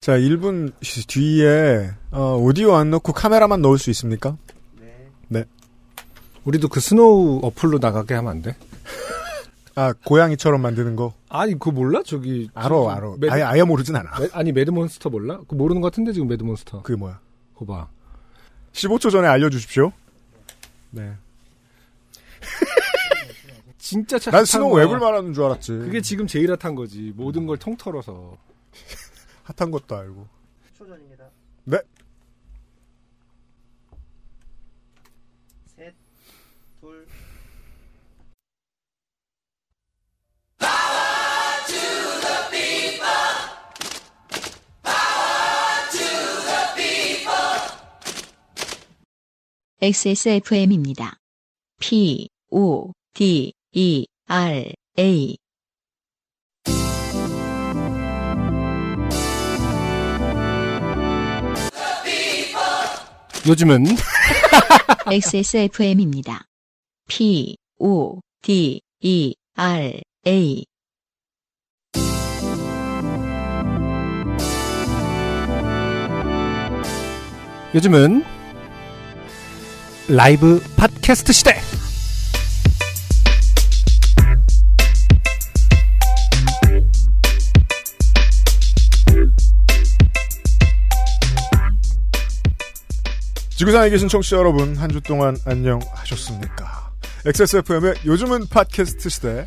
자, 1분 뒤에 어, 오디오 안 넣고 카메라만 넣을 수 있습니까? 우리도 그 스노우 어플로 나가게 하면 안 돼? 아, 고양이처럼 만드는 거. 아니 그거 몰라 저기 알어, 알어. 매드- 아예, 아예 모르진 않아. 매- 아니 매드몬스터 몰라? 그 모르는 것 같은데 지금 매드몬스터. 그게 뭐야. 그거 봐. 15초 전에 알려주십시오. 네. 진짜 착한 난 스노우 거야. 웹을 말하는 줄 알았지. 그게 지금 제일 핫한 거지. 모든 걸 통틀어서. 핫한 것도 알고. 초전입니다. 네. 셋, 둘. XSFM입니다. P, O, D, E, R, A. 요즘은 XSFM입니다. P, O, D, E, R, A. 요즘은 라이브 팟캐스트 시대. 지구상에 계신 청취자 여러분, 한 주 동안 안녕하셨습니까? XSFM의 요즘은 팟캐스트 시대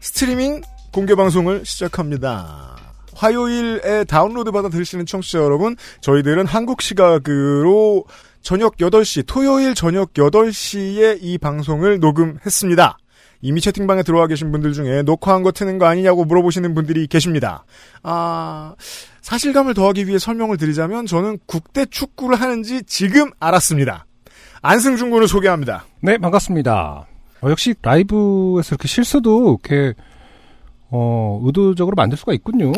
스트리밍 공개 방송을 시작합니다. 화요일에 다운로드 받아 들으시는 청취자 여러분, 저희들은 한국 시각으로 저녁 8시, 토요일 저녁 8시에 이 방송을 녹음했습니다. 이미 채팅방에 들어와 계신 분들 중에 녹화한 거 트는 거 아니냐고 물어보시는 분들이 계십니다. 아, 사실감을 더하기 위해 설명을 드리자면 저는 국대 축구를 하는지 지금 알았습니다. 안승준 군을 소개합니다. 네, 반갑습니다. 어, 역시 라이브에서 이렇게 실수도 이렇게 어, 의도적으로 만들 수가 있군요.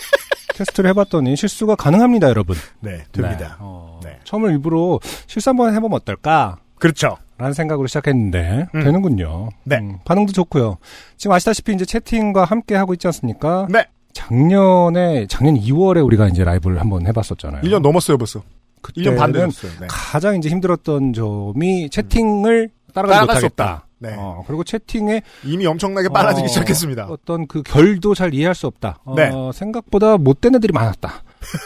테스트를 해봤더니 실수가 가능합니다, 여러분. 네, 됩니다. 네, 어, 네. 처음을 일부러 실수 한번 해보면 어떨까? 그렇죠. 라는 생각으로 시작했는데 음. 되는군요. 네. 음, 반응도 좋고요. 지금 아시다시피 이제 채팅과 함께 하고 있지 않습니까? 네. 작년에 작년 2월에 우리가 이제 라이브를 한번 해봤었잖아요. 1년 넘었어요, 벌써. 1년 반 그때는 됐어요. 네. 가장 이제 힘들었던 점이 채팅을 따라가지 따라갈 수 못하겠다. 네. 어, 그리고 채팅에 이미 엄청나게 빨라지기 어, 시작했습니다. 어떤 그 결도 잘 이해할 수 없다. 어, 아. 네. 생각보다 못된 애들이 많았다.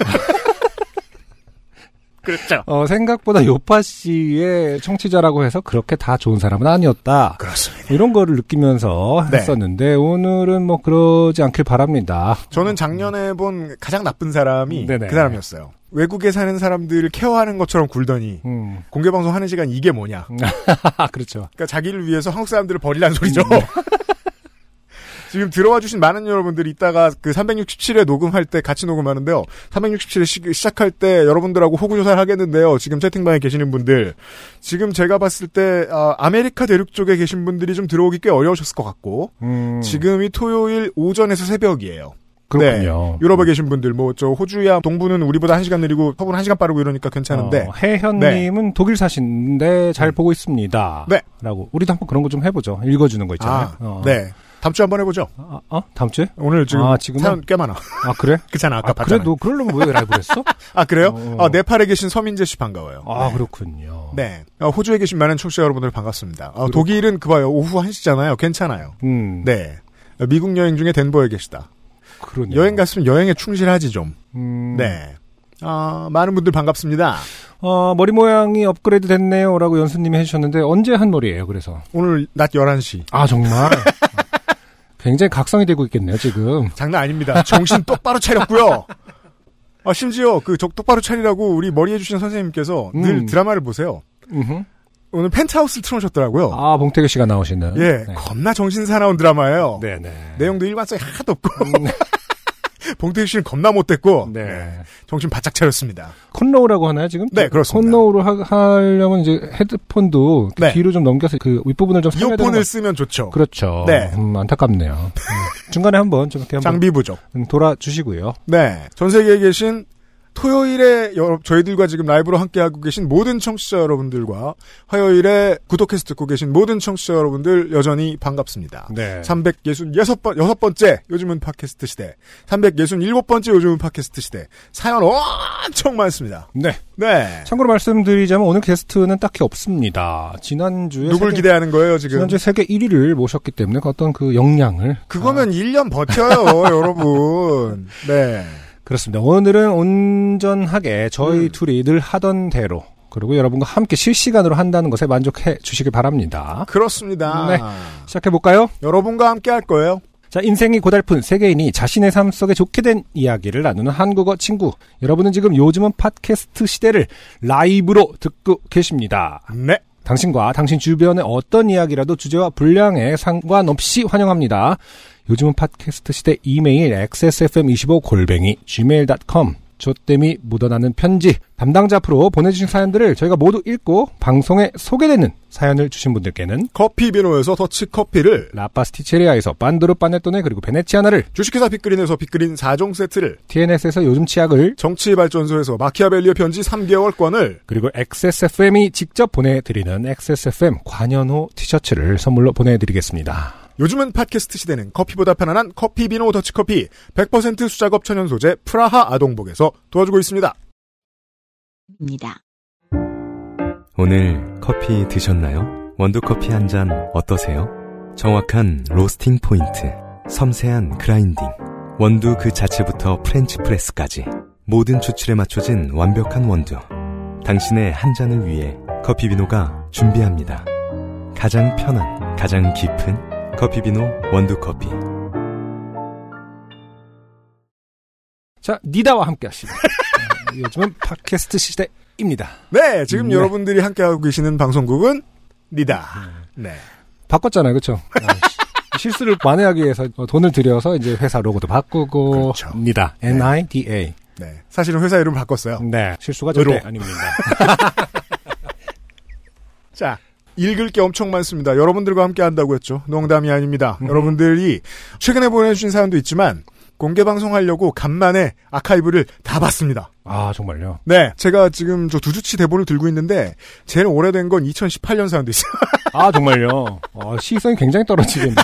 그렇죠. 어, 생각보다 요파 씨의 청취자라고 해서 그렇게 다 좋은 사람은 아니었다. 그렇습니다. 이런 거를 느끼면서 네. 했었는데 오늘은 뭐 그러지 않길 바랍니다. 저는 작년에 본 가장 나쁜 사람이 네네. 그 사람이었어요. 외국에 사는 사람들을 케어하는 것처럼 굴더니 음. 공개방송 하는 시간 이게 뭐냐. 아, 그렇죠. 그러니까 자기를 위해서 한국 사람들을 버리라는 소리죠. 음. 지금 들어와 주신 많은 여러분들이 이따가 그 367회 녹음할 때 같이 녹음하는데요. 367회 시, 작할때 여러분들하고 호구조사를 하겠는데요. 지금 채팅방에 계시는 분들. 지금 제가 봤을 때, 아, 아메리카 대륙 쪽에 계신 분들이 좀 들어오기 꽤 어려우셨을 것 같고, 음, 지금이 토요일 오전에서 새벽이에요. 네. 그렇군요. 음. 유럽에 계신 분들, 뭐, 저, 호주야, 동부는 우리보다 1시간 느리고, 서부는 1시간 빠르고 이러니까 괜찮은데, 음. 어, 해현님은 독일 사신데 잘 보고 있습니다. 네. 라고 우리도 한번 그런 거 좀 해보죠. 읽어주는 거 있잖아요. 아, 어. 네. 다음 주에 한번 해보죠. 아, 어? 다음 주에? 오늘 지금 아, 지금은? 사연 꽤 많아. 아 그래? 그렇잖아. 아까 아, 봤잖아. 그래도 그러려면 왜 라이브를 했어? 아 그래요? 어. 어, 네팔에 계신 서민재 씨 반가워요. 아 네. 그렇군요. 네. 어, 호주에 계신 많은 청취자 여러분들 반갑습니다. 어, 그렇군요. 독일은 그 봐요. 오후 1시잖아요. 괜찮아요. 음, 네. 어, 미국 여행 중에 덴버에 계시다. 그러네요. 여행 갔으면 여행에 충실하지 좀. 음, 네. 아, 많은 분들 반갑습니다. 어, 머리 모양이 업그레이드 됐네요라고 연수님이 해주셨는데 언제 한 머리예요? 그래서 오늘 낮 11시. 아 정말 굉장히 각성이 되고 있겠네요 지금. 장난 아닙니다. 정신 똑바로 차렸고요. 아, 심지어 그 적 똑바로 차리라고 우리 머리 해주신 선생님께서 늘 음. 드라마를 보세요. 음흠. 오늘 펜트하우스를 틀어놓으셨더라고요. 아 봉태규 씨가 나오시는. 예, 네. 겁나 정신 사나운 드라마예요. 네네. 내용도 일관성이 하나도 없고 봉태규 씨는 겁나 못됐고 음. 네. 네, 정신 바짝 차렸습니다. 콘로우라고 하나요 지금? 네, 그렇습니다. 콘로우로 하, 하려면 이제 헤드폰도 이렇게 네. 뒤로 좀 넘겨서 그 윗부분을 좀 살려야 되는 이어폰을 것 쓰면 좋죠. 같- 그렇죠. 네. 음, 안타깝네요. 음, 중간에 한번 좀 이렇게 한번 장비 부족. 음, 돌아주시고요. 네, 전 세계에 계신 토요일에 여- 저희들과 지금 라이브로 함께하고 계신 모든 청취자 여러분들과 화요일에 구독해서 듣고 계신 모든 청취자 여러분들 여전히 반갑습니다. 네. 366번, 여섯 번째, 요즘은 팟캐스트 시대. 367번째, 요즘은 팟캐스트 시대. 사연 엄청 많습니다. 네. 네. 참고로 말씀드리자면 오늘 게스트는 딱히 없습니다. 지난주에 누굴 세계- 기대하는 거예요, 지금? 지난주에 세계 1위를 모셨기 때문에 그 어떤 그 역량을 그거면 1년 버텨요, 여러분. 네. 그렇습니다. 오늘은 온전하게 저희 음. 둘이 늘 하던 대로 그리고 여러분과 함께 실시간으로 한다는 것에 만족해 주시길 바랍니다. 그렇습니다. 네. 시작해 볼까요? 여러분과 함께 할 거예요. 자, 인생이 고달픈 세계인이 자신의 삶 속에 좋게 된 이야기를 나누는 한국어 친구. 여러분은 지금 요즘은 팟캐스트 시대를 라이브로 듣고 계십니다. 네. 당신과 당신 주변의 어떤 이야기라도 주제와 분량에 상관없이 환영합니다. 요즘은 팟캐스트 시대 이메일 xsfm25골뱅이 gmail.com 조땜이 묻어나는 편지 담당자 앞으로 보내주신 사연들을 저희가 모두 읽고 방송에 소개되는 사연을 주신 분들께는 커피 비노에서 더치 커피를, 라파스티체리아에서 반도르 빠네토네 그리고 베네치아나를 주식회사 빅그린에서 빅그린 4종 세트를, TNS에서 요즘 치약을 정치발전소에서 마키아벨리의 편지 3개월권을, 그리고 XSFM이 직접 보내드리는 XSFM 관현호 티셔츠를 선물로 보내드리겠습니다. 요즘은 팟캐스트 시대는 커피보다 편안한 커피 비노 더치커피 100% 수작업 천연 소재 프라하 아동복에서 도와주고 있습니다. 입니다. 오늘 커피 드셨나요? 원두커피 한 잔 어떠세요? 정확한 로스팅 포인트, 섬세한 그라인딩, 원두 그 자체부터 프렌치 프레스까지 모든 추출에 맞춰진 완벽한 원두. 당신의 한 잔을 위해 커피비노가 준비합니다. 가장 편한, 가장 깊은 커피비노 원두커피. 자, 니다와 함께 하시죠. 음, 요즘은 팟캐스트 시대입니다. 네, 지금 네. 여러분들이 함께하고 계시는 방송국은 니다. 네. 바꿨잖아요, 그쵸? 아, 시- 실수를 만회하기 위해서 돈을 들여서 이제 회사 로고도 바꾸고. 그렇죠. 니다. NIDA. 네. 사실은 회사 이름 을 바꿨어요. 네. 실수가 절대 의로. 아닙니다. 자, 읽을 게 엄청 많습니다. 여러분들과 함께 한다고 했죠. 농담이 아닙니다. 음. 여러분들이 최근에 보내주신 사연도 있지만 공개 방송하려고 간만에 아카이브를 다 봤습니다. 아, 정말요? 네. 제가 지금 저 두 주치 대본을 들고 있는데 제일 오래된 건 2018년 사연도 있어요. 아, 정말요? 어, 시의성이 굉장히 떨어지겠네요.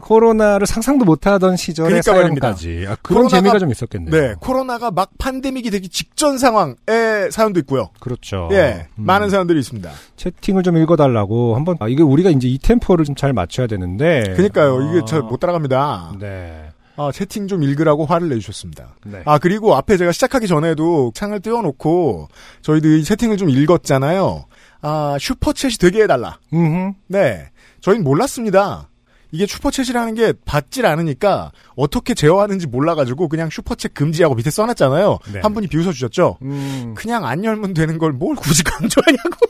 코로나를 상상도 못하던 시절의 그러니까 말입니다. 사연까지. 아, 그런 코로나가- 재미가 좀 있었겠네요. 네, 코로나가 막 팬데믹이 되기 직전 상황의 사연도 있고요. 그렇죠. 예, 음. 많은 사연들이 있습니다. 채팅을 좀 읽어달라고 한번 아, 이게 우리가 이제 이 템포를 좀 잘 맞춰야 되는데 그러니까요, 이게 아, 저 뭐- 못 따라갑니다. 네. 아, 채팅 좀 읽으라고 화를 내주셨습니다. 네. 아, 그리고 앞에 제가 시작하기 전에도 창을 띄워놓고 저희들이 채팅을 좀 읽었잖아요. 아, 슈퍼챗이 되게 해달라. 음흠. 네, 저희는 몰랐습니다. 이게 슈퍼챗이라는 게 받질 않으니까 어떻게 제어하는지 몰라가지고 그냥 슈퍼챗 금지하고 밑에 써놨잖아요. 네. 한 분이 비웃어주셨죠? 음. 그냥 안 열면 되는 걸 뭘 굳이 강조하냐고.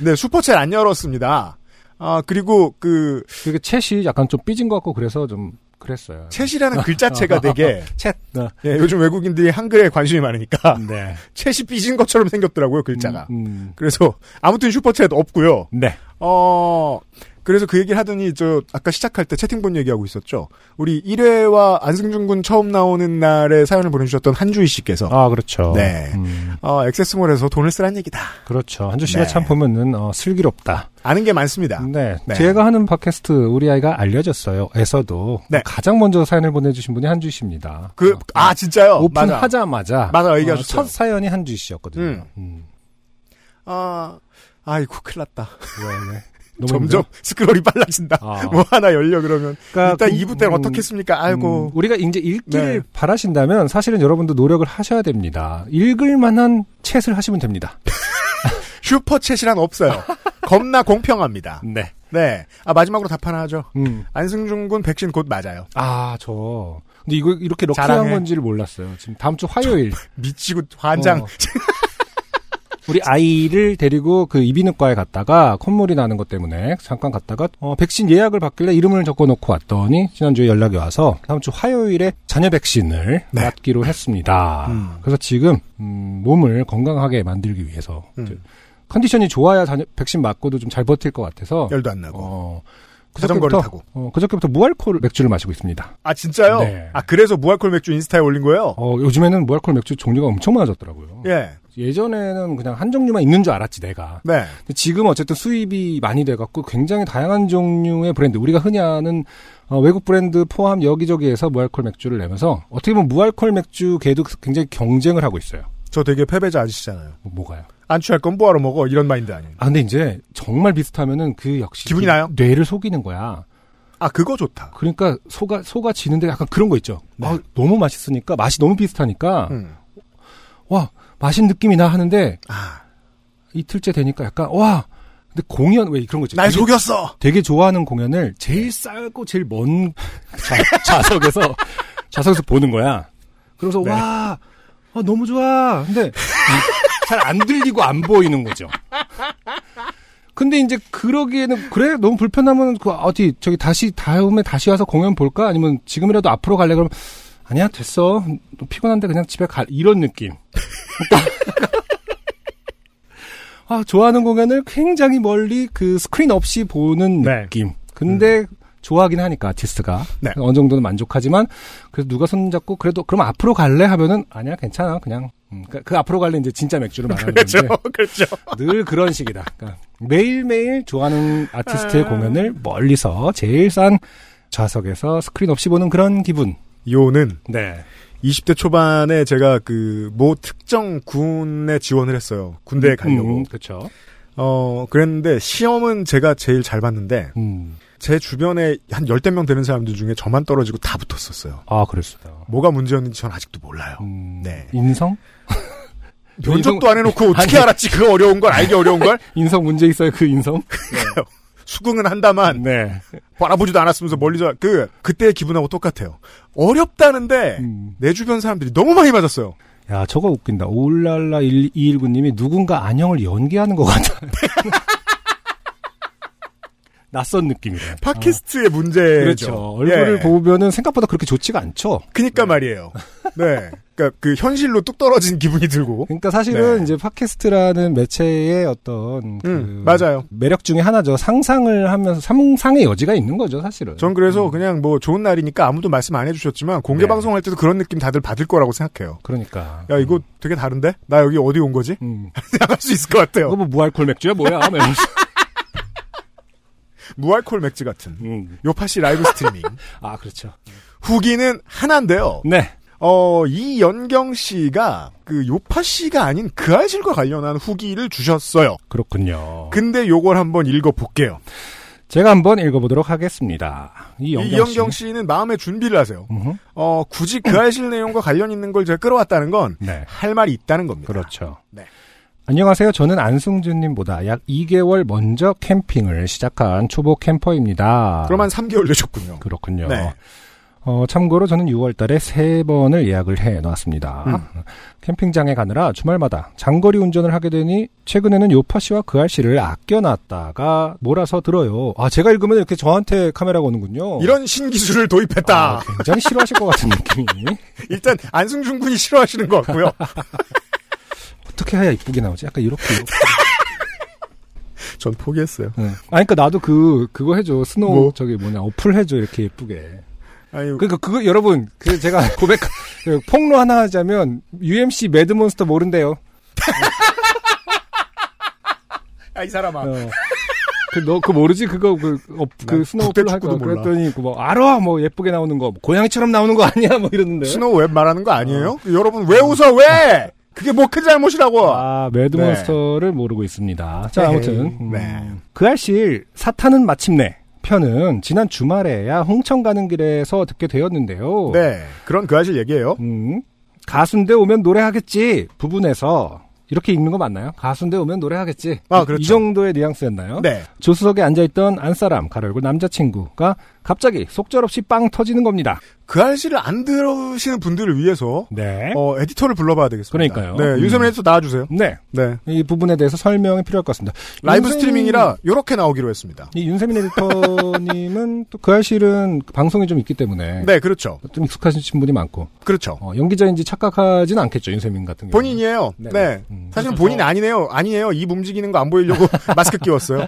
네, 슈퍼챗 안 열었습니다. 아, 그리고 그, 그게 챗이 약간 좀 삐진 것 같고 그래서 좀 그랬어요. 챗이라는 글자체가 되게, 챗. 네. 예, 요즘 외국인들이 한글에 관심이 많으니까, 네. 챗이 삐진 것처럼 생겼더라고요, 글자가. 음, 그래서, 아무튼 슈퍼챗 없고요 음. 네. 어, 그래서 그 얘기를 하더니, 저, 아까 시작할 때 채팅본 얘기하고 있었죠. 우리 1회와 안승준 군 처음 나오는 날에 사연을 보내주셨던 한주희 씨께서, 아 그렇죠. 네. 음, 어, 액세스몰에서 돈을 쓰란 얘기다. 그렇죠. 한주 씨가 네. 참 보면은 어, 슬기롭다. 아는 게 많습니다. 네. 네. 제가 하는 팟캐스트 우리 아이가 알려졌어요.에서도 네. 가장 먼저 사연을 보내주신 분이 한주 씨입니다. 그, 아, 진짜요? 맞아. 오픈하자마자 맞아, 어, 얘기하셨어요. 첫 사연이 한주 씨였거든요. 음. 음. 아, 아이고, 큰일 났다. 왜, 왜. 그 너무 점점 스크롤이 빨라진다. 아. 뭐 하나 열려 그러면. 그러니까 일단 그- 2부 때는 음, 어떻겠습니까? 아이고. 음, 우리가 이제 읽기를 네. 바라신다면 사실은 여러분도 노력을 하셔야 됩니다. 읽을 만한 챗을 하시면 됩니다. 슈퍼챗이란 없어요. 겁나 공평합니다. 네. 네. 아, 마지막으로 답 하나 하죠. 음. 안승준 군 백신 곧 맞아요. 아, 저. 근데 이거 이렇게 럭키한 자랑해. 건지를 몰랐어요. 지금 다음 주 화요일 미치고 환장. 어. 우리 아이를 데리고 그 이비인후과에 갔다가 콧물이 나는 것 때문에 잠깐 갔다가 어, 백신 예약을 받길래 이름을 적어놓고 왔더니 지난주에 연락이 와서 다음 주 화요일에 자녀 백신을 네. 맞기로 했습니다. 음. 그래서 지금 음, 몸을 건강하게 만들기 위해서 음. 이제 컨디션이 좋아야 자녀 백신 맞고도 좀 잘 버틸 것 같아서 열도 안 나고. 어, 자전거를 그저께부터- 타고. 어, 그저께부터 무알콜 맥주를 마시고 있습니다. 아 진짜요? 네. 아 그래서 무알콜 맥주 인스타에 올린 거예요? 어, 요즘에는 무알콜 맥주 종류가 엄청 많아졌더라고요. 예. 예전에는 그냥 한 종류만 있는 줄 알았지 내가. 네. 근데 지금 어쨌든 수입이 많이 돼갖고 굉장히 다양한 종류의 브랜드 우리가 흔히 아는 어, 외국 브랜드 포함 여기저기에서 무알콜 맥주를 내면서 어떻게 보면 무알콜 맥주계도 굉장히 경쟁을 하고 있어요. 저 되게 패배자 아저씨잖아요. 뭐, 뭐가요? 안 취할 건 뭐하러 먹어? 이런 마인드 아니에요. 아 근데 이제 정말 비슷하면은 그 역시 기분이 그 나요? 뇌를 속이는 거야. 아 그거 좋다. 그러니까 소가 소가 지는데 약간 그런 거 있죠. 네. 아, 너무 맛있으니까 맛이 너무 비슷하니까 음. 와 맛있는 느낌이나 하는데 아, 이틀째 되니까 약간 와 근데 공연 왜 그런 거 있죠? 날 네. 되게- 속였어. 되게 좋아하는 공연을 제일 싸고 제일 먼 자, 석에서 좌석에서 보는 거야. 그래서 네. 와 아, 너무 좋아. 근데 잘 안 들리고 안 보이는 거죠. 근데 이제 그러기에는 그래 너무 불편하면 그 어디 저기 다시 다음에 다시 와서 공연 볼까 아니면 지금이라도 앞으로 갈래 그러면 아니야 됐어 너 피곤한데 그냥 집에 가 이런 느낌. 그러니까 아 좋아하는 공연을 굉장히 멀리 그 스크린 없이 보는 네. 느낌. 근데 좋아하긴 하니까 아티스트가 네. 어느 정도는 만족하지만 그래서 누가 손잡고 그래도 그럼 앞으로 갈래 하면은 아니야 괜찮아 그냥 음, 그, 그 앞으로 갈래 이제 진짜 맥주를 말하는 건데 그렇죠. 늘 그런 식이다. 그러니까 매일매일 좋아하는 아티스트의 공연을 멀리서 제일 싼 좌석에서 스크린 없이 보는 그런 기분. 요는 네. 20대 초반에 제가 그 모 특정 군에 지원을 했어요. 군대에 가려고. 그렇죠. 어, 그랬는데 시험은 제가 제일 잘 봤는데 음. 제 주변에 한 열댓 명 되는 사람들 중에 저만 떨어지고 다 붙었었어요. 아, 그랬어요. 뭐가 문제였는지 전 아직도 몰라요. 음, 네. 인성? 면접도 안 해놓고 어떻게 아니. 알았지? 그 어려운 걸 알기 어려운 걸 인성 문제 있어요, 그 인성? 수긍은 한다만 네. 바라보지도 않았으면서 멀리서 그 그때의 기분하고 똑같아요. 어렵다는데 음. 내 주변 사람들이 너무 많이 맞았어요. 야, 저거 웃긴다. 올랄라 1219님이 누군가 안녕을 연기하는 것 같아. 낯선 느낌이래. 팟캐스트의 문제죠. 아, 그렇죠. 얼굴을 예. 보면은 생각보다 그렇게 좋지가 않죠. 그니까 말이에요. 네. 그니까 그 현실로 뚝 떨어진 기분이 들고. 그러니까 사실은 네. 이제 팟캐스트라는 매체의 어떤 그 음, 맞아요. 매력 중에 하나죠. 상상을 하면서 상상의 여지가 있는 거죠, 사실은. 전 그래서 그냥 뭐 좋은 날이니까 아무도 말씀 안 해주셨지만 공개 음. 네. 방송할 때도 그런 느낌 다들 받을 거라고 생각해요. 그러니까. 야 이거 되게 다른데? 나 여기 어디 온 거지? 음. 나갈 수 있을 것 그거 같아요. 뭐 무알콜 맥주야 뭐야? 막 이러면서. 무알콜 맥주 같은 음. 요파시 라이브 스트리밍 아 그렇죠. 후기는 하나인데요. 네. 어 이연경 씨가 그 요파 씨가 아닌 그 아실과 관련한 후기를 주셨어요. 그렇군요. 근데 요걸 한번 읽어볼게요. 제가 한번 읽어보도록 하겠습니다. 이 영경, 이연경 씨는 마음의 준비를 하세요. 음흠. 어, 굳이 그 아실 내용과 관련 있는 걸 제가 끌어왔다는 건 할 네. 말이 있다는 겁니다. 그렇죠. 네. 안녕하세요. 저는 안승준님보다 약 2개월 먼저 캠핑을 시작한 초보 캠퍼입니다. 그럼 한 3개월 되셨군요. 그렇군요. 네. 어, 참고로 저는 6월 달에 세번을 예약을 해 놨습니다. 캠핑장에 가느라 주말마다 장거리 운전을 하게 되니 최근에는 요파 씨와 그알 씨를 아껴놨다가 몰아서 들어요. 아, 제가 읽으면 이렇게 저한테 카메라가 오는군요. 이런 신기술을 도입했다. 아, 굉장히 싫어하실 것 같은 느낌이. 일단 안승준 군이 싫어하시는 것 같고요. 어떻게 해야 이쁘게 나오지? 약간 이렇게. 전 포기했어요. 네. 아니, 그니까 나도 그, 그거 해줘. 스노우, 뭐? 저기 뭐냐, 어플 해줘. 이렇게 예쁘게. 아니, 그러니까 그거 여러분 그 제가 고백 그 폭로 하나 하자면 UMC 매드몬스터 모른대요. 아, 이 사람아. 어. 그너 그 모르지 그거 그그 난 스노우플 국대 할 거. 축구도 몰라. 그랬더니 그뭐 알아 뭐 예쁘게 나오는 거 고양이처럼 나오는 거 아니야 뭐 이러는데. 스노우 웹 말하는 거 아니에요? 여러분 왜 웃어 왜? 그게 뭐 큰 잘못이라고. 어. 음. 아 매드몬스터를 모르고 있습니다. 자 아무튼 네. 에헤이, 네. 그 알실 사탄은 마침내 편은 지난 주말에야 홍천 가는 길에서 듣게 되었는데요. 네, 그런 그 아실 얘기예요. 음, 가수인데 오면 노래하겠지 부분에서 이렇게 읽는 거 맞나요? 가수인데 오면 노래하겠지. 아, 그렇죠. 이 정도의 뉘앙스였나요? 네, 조수석에 앉아있던 안사람 가로열고 남자친구가 갑자기 속절없이 빵 터지는 겁니다. 그 아실을 안 들으시는 분들을 위해서 네. 어, 에디터를 불러봐야 되겠습니다. 그러니까요. 네, 음. 윤세민 에디터 나와주세요. 네. 네, 이 부분에 대해서 설명이 필요할 것 같습니다. 라이브 윤세민- 스트리밍이라 이렇게 나오기로 했습니다. 이 윤세민 에디터님은 또 그 사실은 방송이 좀 있기 때문에 네, 그렇죠. 좀 익숙하신 분이 많고 그렇죠. 어, 연기자인지 착각하진 않겠죠 윤세민 같은 경우. 본인이에요. 네. 네. 음. 사실은 본인 이 아니네요. 아니에요. 입 움직이는 거 안 보이려고 마스크 끼웠어요.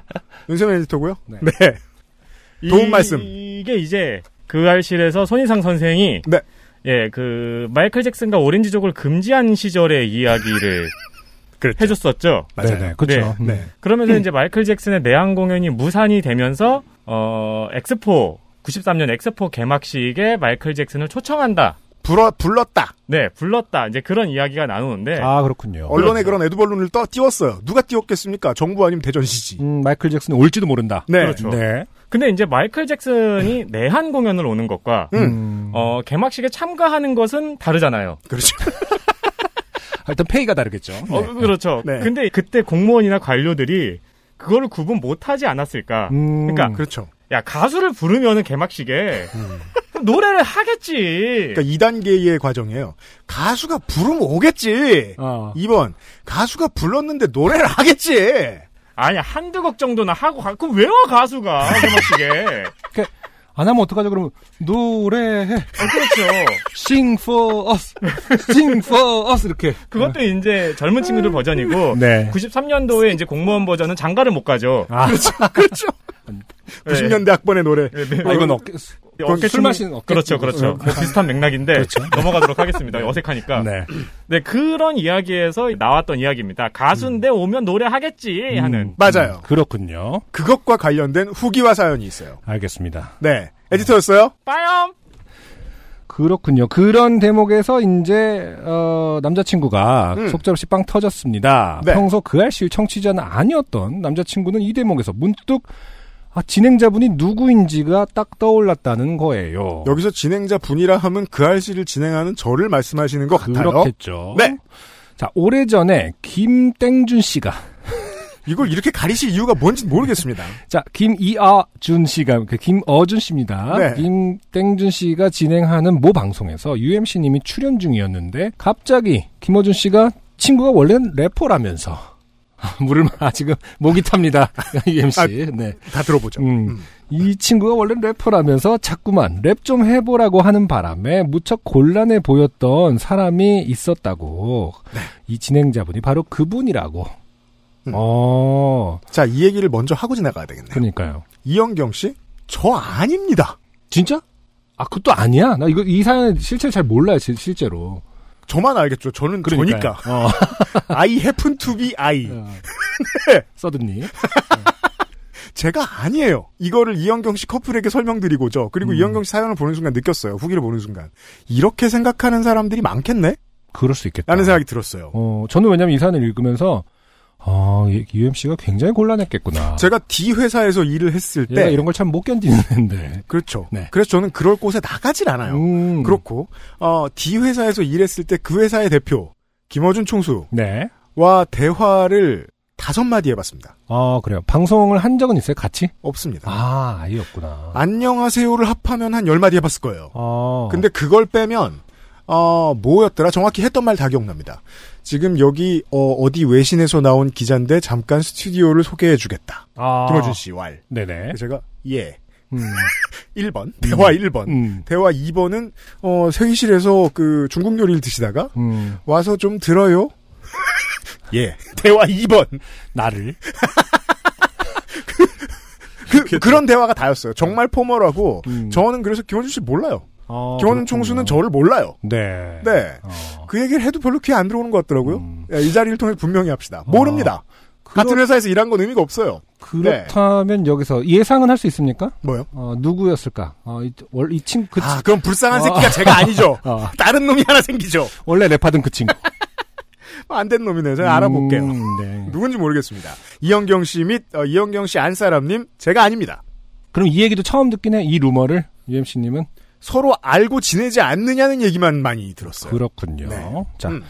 윤세민 에디터고요. 네. 네. 도움 말씀. 이게 이제 그 알실에서 손희상 선생이 네. 예, 그 마이클 잭슨과 오렌지족을 금지한 시절의 이야기를 그랬죠. 해줬었죠. 맞아요. 네네, 그렇죠. 네. 음. 그러면서 이제 마이클 잭슨의 내한 공연이 무산이 되면서 어 엑스포 93년 엑스포 개막식에 마이클 잭슨을 초청한다. 불어, 불렀다. 네, 불렀다. 이제 그런 이야기가 나오는데 아 그렇군요. 네. 언론에 그런 에드벌룬을 떠 띄웠어요. 누가 띄웠겠습니까? 정부 아니면 대전시지. 음, 마이클 잭슨이 올지도 모른다. 네. 그렇죠. 네. 근데 이제 마이클 잭슨이 내한 공연을 오는 것과 음. 어 개막식에 참가하는 것은 다르잖아요. 그렇죠. 하여튼 페이가 다르겠죠. 어, 네. 그렇죠. 네. 근데 그때 공무원이나 관료들이 그거를 구분 못하지 않았을까? 음. 그러니까 그렇죠. 야 가수를 부르면은 개막식에 음. 그럼 노래를 하겠지. 그러니까 2단계의 과정이에요. 가수가 부르면 오겠지. 어. 2번 가수가 불렀는데 노래를 하겠지. 아니 한두 곡 정도나 하고 가. 그럼 왜 와 가수가 개막식에? 안 하면 어떡하죠? 그러면 노래해. 어, 그렇죠. Sing for us. Sing for us 이렇게. 그것도 이제 젊은 친구들 버전이고 네. 93년도에 이제 공무원 버전은 장가를 못 가죠. 아, 그렇죠. 네. 90년대 학번의 노래. 네, 네. 아, 이건 어깨. 어깨 술 춤- 마시는 어깨 그렇죠, 춤. 그렇죠. 뭐 비슷한 맥락인데 넘어가도록 하겠습니다. 어색하니까. 네. 네. 그런 이야기에서 나왔던 이야기입니다. 가수인데 오면 노래하겠지 하는. 맞아요. 음, 그렇군요. 그것과 관련된 후기와 사연이 있어요. 알겠습니다. 네. 에디터였어요? 빠염. 그렇군요. 그런 대목에서 이제 어, 남자친구가 음. 속절없이 빵 터졌습니다. 네. 평소 그 알씨의 청취자는 아니었던 남자친구는 이 대목에서 문득 아, 진행자분이 누구인지가 딱 떠올랐다는 거예요. 여기서 진행자 분이라 하면 그 알씨를 진행하는 저를 말씀하시는 것 같아요. 그렇겠죠. 네. 자 오래전에 김땡준 씨가 이걸 이렇게 가리실 이유가 뭔지 모르겠습니다. 자, 김이아준 씨가, 그 김어준 씨입니다. 네. 김땡준 씨가 진행하는 모 방송에서 UMC님이 출연 중이었는데, 갑자기 김어준 씨가 친구가 원래는 래퍼라면서, 물을, 마- 아, 지금 목이 탑니다. UMC. 아, 네. 다 들어보죠. 음. 음. 이 친구가 원래 래퍼라면서 자꾸만 랩 좀 해보라고 하는 바람에 무척 곤란해 보였던 사람이 있었다고. 이 진행자분이 바로 그분이라고. 네. 음. 어, 자, 이 얘기를 먼저 하고 지나가야 되겠네요. 그러니까요. 이영경 씨? 저 아닙니다. 진짜? 아, 그것도 아니야? 나 이거, 이 사연 실체를 잘 몰라요, 실- 실제로. 저만 알겠죠. 저는 그러니까요. 아. 저니까. 어. I happen to be I. 네. 네. 써든니. 제가 아니에요. 이거를 이영경 씨 커플에게 설명드리고죠. 음. 그리고 이영경 씨 사연을 보는 순간 느꼈어요. 후기를 보는 순간. 이렇게 생각하는 사람들이 많겠네? 그럴 수 있겠다. 라는 생각이 들었어요. 어, 저는 왜냐면 이 사연을 읽으면서, 아, UMC가 굉장히 곤란했겠구나. 제가 네. D 회사에서 일을 했을 얘가 때. 예, 이런 걸 참 못 견디는 애인데. 그렇죠. 네. 그래서 저는 그럴 곳에 나가질 않아요. 음. 그렇고, 어, D 회사에서 일했을 때 그 회사의 대표, 김어준 총수와 네. 대화를 다섯 마디 해봤습니다. 아, 그래요. 방송을 한 적은 있어요, 같이? 없습니다. 아, 아예 없구나. 안녕하세요를 합하면 한 열 마디 해봤을 거예요. 아. 근데 그걸 빼면 어 뭐였더라 정확히 했던 말 다 기억납니다. 지금 여기 어, 디 외신에서 나온 기자인데 잠깐 스튜디오를 소개해주겠다. 아. 김어준 씨 왈. 네네. 제가 예 음. 1번 대화 1번 음. 대화 2번은 어 회의실에서 그 중국 요리를 드시다가 음. 와서 좀 들어요. 예 대화 2번 나를. 그, 그런 대화가 다였어요. 정말 포멀하고 음. 저는 그래서 김어준 씨 몰라요. 아, 김어준 그렇군요. 총수는 저를 몰라요. 네. 네. 어. 그 얘기를 해도 별로 귀에 안 들어오는 것 같더라고요. 음. 예, 이 자리를 통해 분명히 합시다. 모릅니다. 같은 회사에서 일한 건 의미가 없어요. 그렇다면 여기서 예상은 할 수 있습니까? 뭐요? 어, 누구였을까? 어, 이, 월, 이 친, 그, 아, 그럼 불쌍한 어. 새끼가 제가 아니죠. 어. 다른 놈이 하나 생기죠. 원래 랩하던 그 친구. 뭐 안 된 놈이네요. 제가 알아볼게요. 음, 네. 누군지 모르겠습니다. 이영경 씨 및 어, 이영경 씨 안사람님 제가 아닙니다. 그럼 이 얘기도 처음 듣긴 해, 이 루머를. UMC님은. 서로 알고 지내지 않느냐는 얘기만 많이 들었어요. 그렇군요. 자. 네. 음.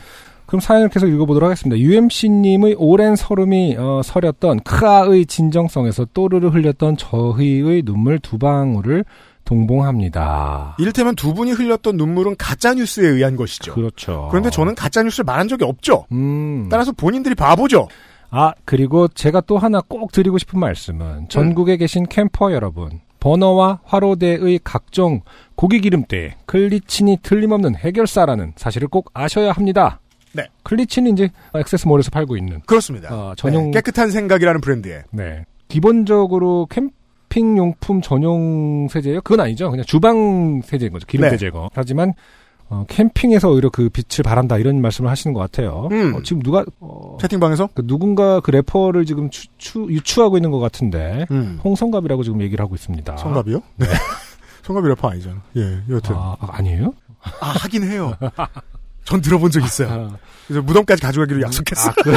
그럼 사연을 계속 읽어보도록 하겠습니다. UMC님의 오랜 설움이 어, 서렸던 크아의 진정성에서 또르르 흘렸던 저희의 눈물 두 방울을 동봉합니다. 이를테면 두 분이 흘렸던 눈물은 가짜 뉴스에 의한 것이죠. 그렇죠. 그런데 저는 가짜 뉴스를 말한 적이 없죠. 음. 따라서 본인들이 바보죠. 아, 그리고 제가 또 하나 꼭 드리고 싶은 네. 말씀은 전국에 계신 캠퍼 여러분, 버너와 화로대의 각종 고기 기름때 클리친이 틀림없는 해결사라는 사실을 꼭 아셔야 합니다. 네. 클리친은 이제 액세스몰에서 팔고 있는 그렇습니다. 아, 전용 네, 깨끗한 생각이라는 브랜드에 네. 기본적으로 캠 쇼핑용품 전용 세제예요? 그건 아니죠. 그냥 주방 세제인 거죠. 기름때 네. 제거. 하지만 어, 캠핑에서 오히려 그 빛을 바란다 이런 말씀을 하시는 것 같아요. 음. 어, 지금 누가 어, 채팅방에서? 그 누군가 그 래퍼를 지금 추, 추, 유추하고 있는 것 같은데 음. 홍성갑이라고 지금 얘기를 하고 있습니다. 성갑이요? 네. 성갑이 래퍼 아니잖아. 예, 여튼. 아, 아, 아, 아니에요? 하긴 해요. 전 들어본 적 있어요. 아, 그래서 무덤까지 가져가기로 약속했어. 아, 그-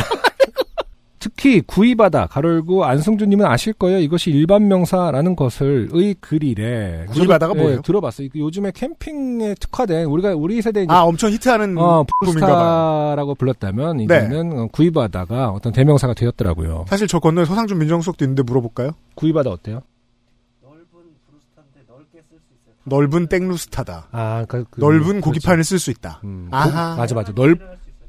특히 구이바다 가로열고 안승준님은 아실 거예요. 이것이 일반 명사라는 것을 의 글이래. 구이바다가 저도, 뭐예요? 들어봤어요. 그 요즘에 캠핑에 특화된 우리가 우리 세대 이제 아, 엄청 히트하는 예. 어, 품인가봐. 포스타라고 불렀다면 네. 이제는 어, 구이바다가 어떤 대명사가 되었더라고요. 사실 저 건너에 서상준 민정수석도 있는데 물어볼까요? 구이바다 어때요? 넓은 브루스타인데 넓게 쓸 수 있어요. 넓은 땡루스타다. 아, 그, 그- 넓은 그렇죠. 고기판을 쓸 수 있다. 음, 고- 아하. 맞아 맞아. 넓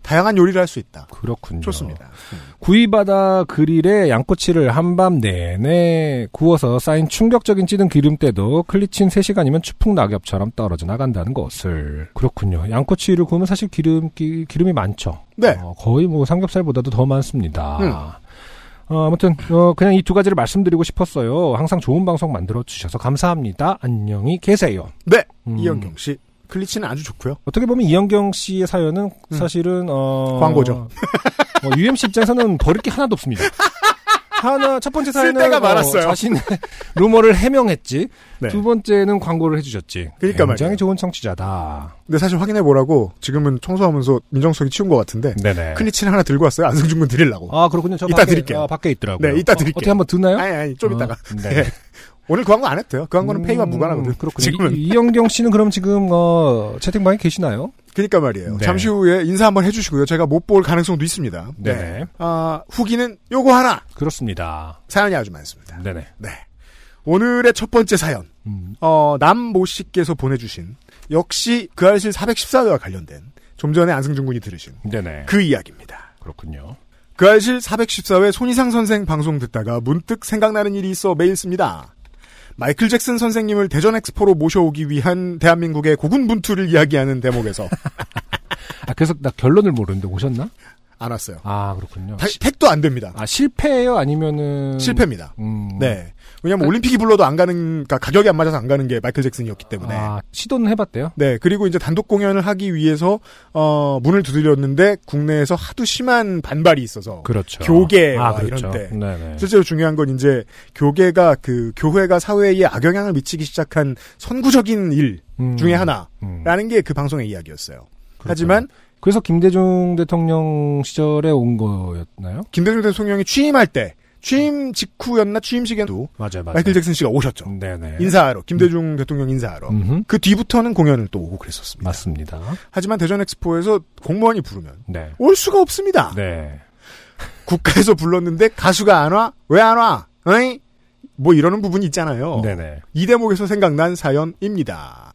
다양한 요리를 할 수 있다. 그렇군요. 좋습니다. 음. 구이바다 그릴에 양꼬치를 한밤 내내 구워서 쌓인 충격적인 찌든 기름때도 클리친 3시간이면 추풍 낙엽처럼 떨어져 나간다는 것을. 그렇군요. 양꼬치를 구우면 사실 기름기, 기름이 많죠. 네. 어, 거의 뭐 삼겹살보다도 더 많습니다. 음. 어, 아무튼, 어, 그냥 이 두 가지를 말씀드리고 싶었어요. 항상 좋은 방송 만들어주셔서 감사합니다. 안녕히 계세요. 네. 음. 이영경 씨. 클리치는 아주 좋고요. 어떻게 보면 이영경 씨의 사연은 사실은 어 음. 광고죠. 어, UMC 입장에서는 버릴 게 하나도 없습니다. 하나 첫 번째 사연은 쓸 데가 많았어요. 자신의 루머를 해명했지. 네. 두 번째는 광고를 해주셨지. 그러니까 굉장히 말이에요. 좋은 청취자다. 근데 사실 확인해 보라고 지금은 청소하면서 민정수석이 치운 것 같은데 네네. 클리치는 하나 들고 왔어요. 안승준 군 드리려고. 아 그렇군요. 저 이따 밖에, 드릴게요. 아, 밖에 있더라고요. 네, 이따 어, 드릴게요. 어떻게 한번 드나요? 아니 아니 좀 어, 이따가. 네. 예. 오늘 그 광고 안 했대요. 그 광고는 페이와 음, 무관하거든. 그렇군요. 지금은. 이, 영경 씨는 그럼 지금 어, 채팅방에 계시나요? 그러니까 말이에요. 네. 잠시 후에 인사 한번 해주시고요. 제가 못 볼 가능성도 있습니다. 네. 아, 후기는 요거 하나. 그렇습니다. 사연이 아주 많습니다. 네네. 네. 오늘의 첫 번째 사연. 음, 어, 남모 씨께서 보내주신 역시 그 알실 414회와 관련된 좀 전에 안승준 군이 들으신 네네. 그 이야기입니다. 그렇군요. 그 알실 414회 손희상 선생 방송 듣다가 문득 생각나는 일이 있어 메일 씁니다. 마이클 잭슨 선생님을 대전 엑스포로 모셔오기 위한 대한민국의 고군분투를 이야기하는 대목에서 아 그래서 나 결론을 모르는데 오셨나? 안 왔어요. 아 그렇군요. 다- 택도 안 됩니다. 아 실패예요 아니면은 실패입니다. 음. 네. 왜냐면 하 올림픽이 불러도 안 가는, 그러니까 가격이 안 맞아서 안 가는 게 마이클 잭슨이었기 때문에. 아 시도는 해봤대요. 네. 그리고 이제 단독 공연을 하기 위해서, 어, 문을 두드렸는데 국내에서 하도 심한 반발이 있어서. 그렇죠. 교계와 아 이런 그렇죠. 때. 네네. 실제로 중요한 건 이제 교계가 그 교회가 사회에 악영향을 미치기 시작한 선구적인 일 음, 그렇죠. 중에 하나라는 음, 게 그 방송의 이야기였어요. 그렇군요. 하지만 그래서 김대중 대통령 시절에 온 거였나요? 김대중 대통령이 취임할 때 취임 직후였나 취임식에도 음. 맞아요, 맞아요. 마이클 잭슨 씨가 오셨죠. 네네. 음. 인사하러 김대중 대통령 인사하러 음흠. 그 뒤부터는 공연을 또 오고 그랬었습니다. 맞습니다. 하지만 대전 엑스포에서 공무원이 부르면 네. 올 수가 없습니다. 네. 국가에서 불렀는데 가수가 안 와? 왜 안 와? 어이? 뭐 이러는 부분이 있잖아요. 네네. 이 대목에서 생각난 사연입니다.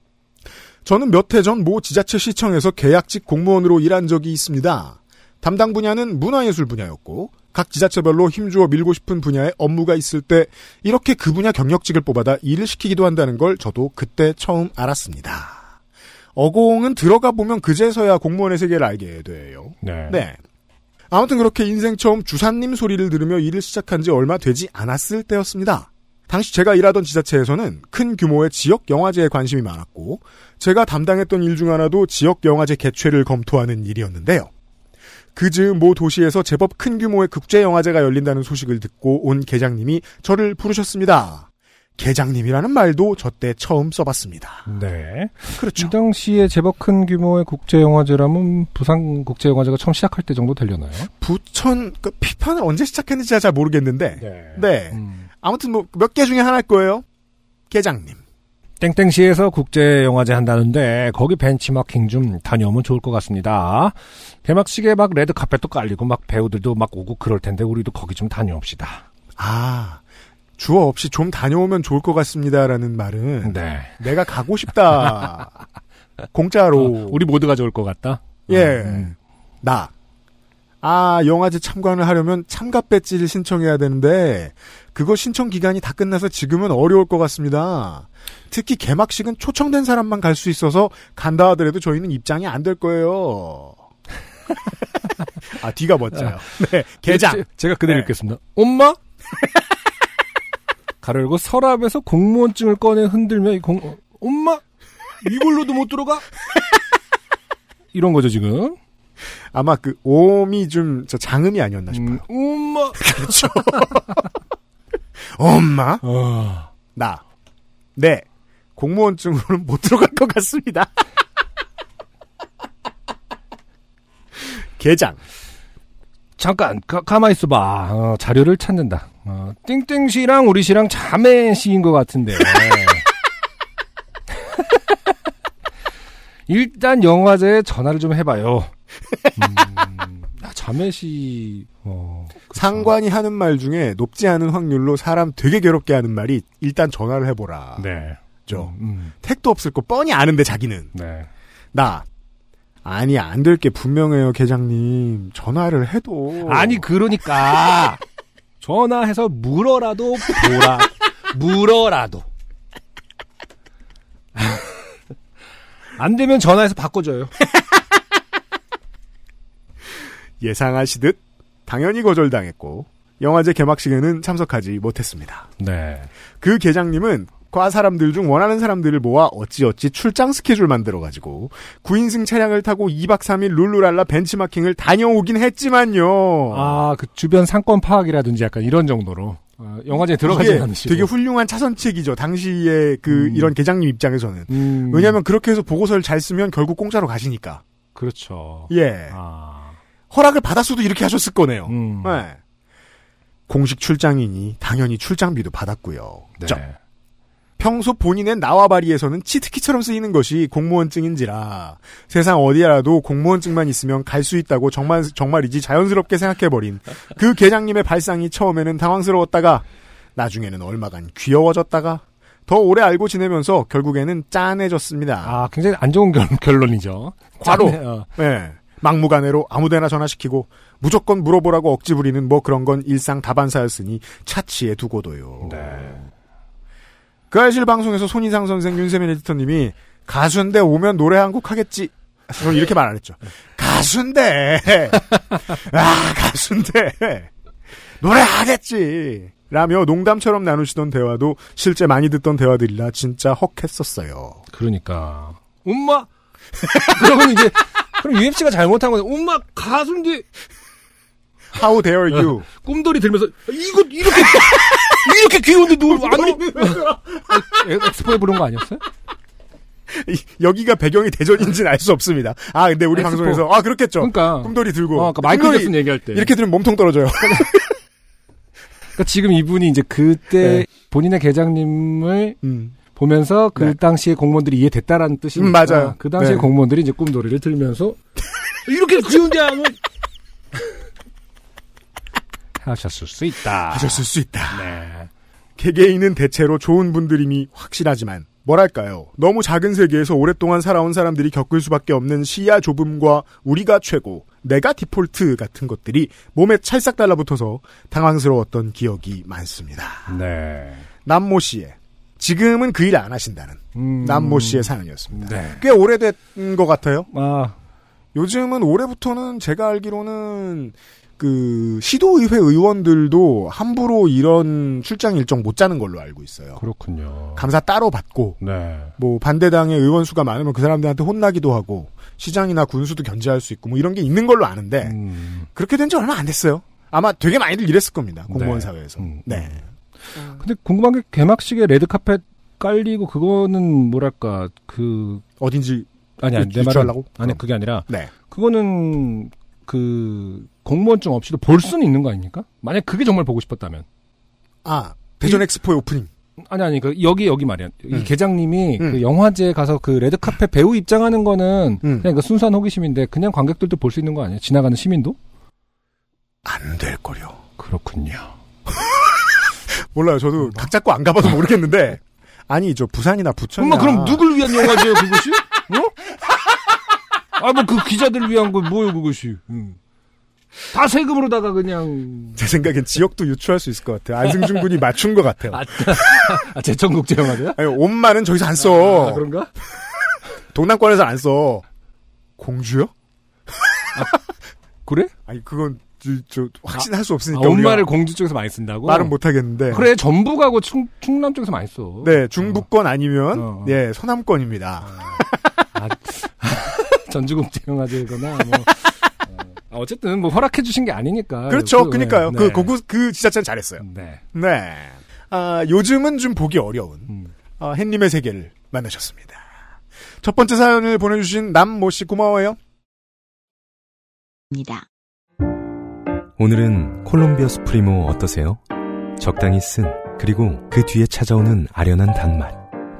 저는 몇 해 전 모 지자체 시청에서 계약직 공무원으로 일한 적이 있습니다. 담당 분야는 문화예술 분야였고 각 지자체별로 힘주어 밀고 싶은 분야의 업무가 있을 때 이렇게 그 분야 경력직을 뽑아다 일을 시키기도 한다는 걸 저도 그때 처음 알았습니다. 어공은 들어가 보면 그제서야 공무원의 세계를 알게 돼요. 네. 네. 아무튼 그렇게 인생 처음 주사님 소리를 들으며 일을 시작한 지 얼마 되지 않았을 때였습니다. 당시 제가 일하던 지자체에서는 큰 규모의 지역 영화제에 관심이 많았고, 제가 담당했던 일 중 하나도 지역 영화제 개최를 검토하는 일이었는데요. 그즈음 모 도시에서 제법 큰 규모의 국제 영화제가 열린다는 소식을 듣고 온 계장님이 저를 부르셨습니다. 계장님이라는 말도 저 때 처음 써봤습니다. 네. 그렇죠. 이 당시에 제법 큰 규모의 국제영화제라면 부산국제영화제가 처음 시작할 때 정도 되려나요? 부천 그 피판을 언제 시작했는지 잘 모르겠는데, 네. 네. 음. 아무튼 뭐 몇 개 중에 하나일 거예요. 계장님. 땡땡시에서 국제영화제 한다는데 거기 벤치마킹 좀 다녀오면 좋을 것 같습니다. 개막식에 막 레드 카펫도 깔리고 막 배우들도 막 오고 그럴 텐데 우리도 거기 좀 다녀옵시다. 아 주어 없이 좀 다녀오면 좋을 것 같습니다라는 말은 네. 내가 가고 싶다. 공짜로 어, 우리 모두가 좋을 것 같다. 예 음. 나. 아 영화제 참관을 하려면 참가 배지를 신청해야 되는데 그거 신청 기간이 다 끝나서 지금은 어려울 것 같습니다. 특히 개막식은 초청된 사람만 갈 수 있어서 간다 하더라도 저희는 입장이 안 될 거예요. 아 뒤가 멋져요. 네, 계장. 제, 제가 그대로 네. 읽겠습니다. 엄마? 가로 열고 서랍에서 공무원증을 꺼내 흔들며 이 공, 어, 엄마 이걸로도 못 들어가? 이런 거죠 지금. 아마 그 옴이 좀저 장음이 아니었나 싶어요. 음, 엄마. 엄마, 아, 나, 네 공무원증으로는 못 들어갈 것 같습니다. 개장. 그렇죠. 잠깐 가, 가만 있어봐. 어, 자료를 찾는다. 어, 띵띵 씨랑 우리 씨랑 자매 씨인 것 같은데. 일단 영화제에 전화를 좀 해봐요. 음, 아, 자매 씨. 어, 그렇죠. 상관이 하는 말 중에 높지 않은 확률로 사람 되게 괴롭게 하는 말이 일단 전화를 해보라. 네. 죠. 음, 택도 없을 거 뻔히 아는데 자기는 네. 나 아니 안 될 게 분명해요, 계장님. 전화를 해도 아니 그러니까 전화해서 물어라도 보라. 물어라도. 안 되면 전화해서 바꿔줘요. 예상하시듯 당연히 거절당했고 영화제 개막식에는 참석하지 못했습니다. 네. 그 계장님은 과 사람들 중 원하는 사람들을 모아 어찌어찌 출장 스케줄 만들어가지고 9인승 차량을 타고 2박 3일 룰루랄라 벤치마킹을 다녀오긴 했지만요. 아, 그 주변 상권 파악이라든지 약간 이런 정도로. 어, 영화제에 들어가지 이게 않으시고. 되게 훌륭한 차선책이죠. 당시에 그 음. 이런 계장님 입장에서는. 음, 왜냐하면 그렇게 해서 보고서를 잘 쓰면 결국 공짜로 가시니까. 그렇죠. 예. 아. 허락을 받았어도 이렇게 하셨을 거네요. 음. 네. 공식 출장이니 당연히 출장비도 받았고요. 네. 자, 평소 본인의 나와바리에서는 치트키처럼 쓰이는 것이 공무원증인지라 세상 어디라도 공무원증만 있으면 갈 수 있다고 정말 정말이지 자연스럽게 생각해버린 그 계장님의 발상이 처음에는 당황스러웠다가 나중에는 얼마간 귀여워졌다가 더 오래 알고 지내면서 결국에는 짠해졌습니다. 아, 굉장히 안 좋은 결, 결론이죠. 과로. 짠해, 어. 예. 막무가내로 아무데나 전화시키고 무조건 물어보라고 억지 부리는 뭐 그런 건 일상 다반사였으니 차치해 두고도요. 네. 그 알실 방송에서 손희상 선생, 윤세민 에디터님이 가수인데 오면 노래 한 곡 하겠지. 저는 이렇게 말 안 했죠. 가수인데, 아 가수인데 노래 하겠지. 라며 농담처럼 나누시던 대화도 실제 많이 듣던 대화들이라 진짜 헉했었어요. 그러니까. 엄마! 그러면 이제, 그럼 UFC가 잘못한 거예요. 엄마, 가슴뒤 How dare you? 꿈돌이 들면서, 이거, 이렇게, 이렇게 귀여운데 누굴 안 오? 엑스포에 부른 거 아니었어요? 이- 여기가 배경이 대전인지는 알 수 없습니다. 아 근데 우리 엑스포. 방송에서 아 그렇겠죠. 그러니까. 꿈돌이 들고 어, 아까 마이클 꿈돌이 잭슨 얘기할 때. 이렇게 들으면 몸통 떨어져요. 그러니까 지금 이분이 이제 그때 네. 본인의 계장님을 음. 보면서 그 네. 당시에 공무원들이 이해됐다라는 뜻이니까 음, 맞아요. 그 당시에 네. 공무원들이 이제 꿈돌이를 들면서 이렇게 귀여운데 안 오? 하셨을 수 있다. 하셨을 수 있다. 네. 개개인은 대체로 좋은 분들임이 확실하지만 뭐랄까요 너무 작은 세계에서 오랫동안 살아온 사람들이 겪을 수밖에 없는 시야 좁음과 우리가 최고 내가 디폴트 같은 것들이 몸에 찰싹 달라붙어서 당황스러웠던 기억이 많습니다. 네. 남모 씨의 지금은 그 일 안 하신다는 음, 남모 씨의 사연이었습니다. 네. 꽤 오래된 것 같아요. 아, 요즘은 올해부터는 제가 알기로는 그 시도의회 의원들도 함부로 이런 출장 일정 못 짜는 걸로 알고 있어요. 그렇군요. 감사 따로 받고 네. 뭐 반대당의 의원 수가 많으면 그 사람들한테 혼나기도 하고 시장이나 군수도 견제할 수 있고 뭐 이런 게 있는 걸로 아는데 음. 그렇게 된 지 얼마 안 됐어요. 아마 되게 많이들 이랬을 겁니다. 공무원 네. 사회에서. 음. 네. 근데 궁금한 게 개막식에 레드카펫 깔리고 그거는 뭐랄까 그 어딘지 아니 아니 유- 내 말은 유추하려고? 아니 그럼. 그게 아니라 네. 그거는 그 공무원증 없이도 볼 수는 있는 거 아닙니까? 만약 그게 정말 보고 싶었다면 아 대전 엑스포의 오프닝. 아니 아니 그 여기 여기 말이야 음. 이 계장님이 음. 그 영화제에 가서 그 레드카펫 배우 입장하는 거는 음. 그냥 그 순수한 호기심인데 그냥 관객들도 볼 수 있는 거 아니에요? 지나가는 시민도? 안 될 거려. 그렇군요. 몰라요. 저도 각 잡고 안 가봐서 모르겠는데. 음, 뭐. 뭐 아니 저 부산이나 부천. 엄마 그럼 누굴 위한 영화제예요 그것이? 어? 아뭐 그 기자들 위한 거 뭐예요 그것이? 음. 다 세금으로다가 그냥 제 생각엔 지역도 유추할 수 있을 것 같아요. 안승준 군이 맞춘 것 같아요. 아, 아 제천국제 영화제야? 아니 온마는 저기서 안 어. 써. 아, 그런가? 동남권에서 안 써. 공주요? 그래? 아니 그건 저- 저 확신할 수 아, 없으니까 우리가 엄마를 공주 쪽에서 많이 쓴다고? 말은 못 하겠는데. 그래 전북하고 충, 충남 쪽에서 많이 써. 네, 중부권 아니면 어, 어. 예, 서남권입니다. 아, 어, 전주금 대응하거나 뭐. 어, 어쨌든 뭐 허락해 주신 게 아니니까. 그렇죠. 그, 그러니까요. 네, 그 네. 고구 그 지자체는 잘했어요. 네. 네. 아, 요즘은 좀 보기 어려운 음. 아, 햇님의 세계를 만나셨습니다. 첫 번째 사연을 보내주신 남모 씨 고마워요. 입니다. 오늘은 콜롬비아 수프리모 어떠세요? 적당히 쓴 그리고 그 뒤에 찾아오는 아련한 단맛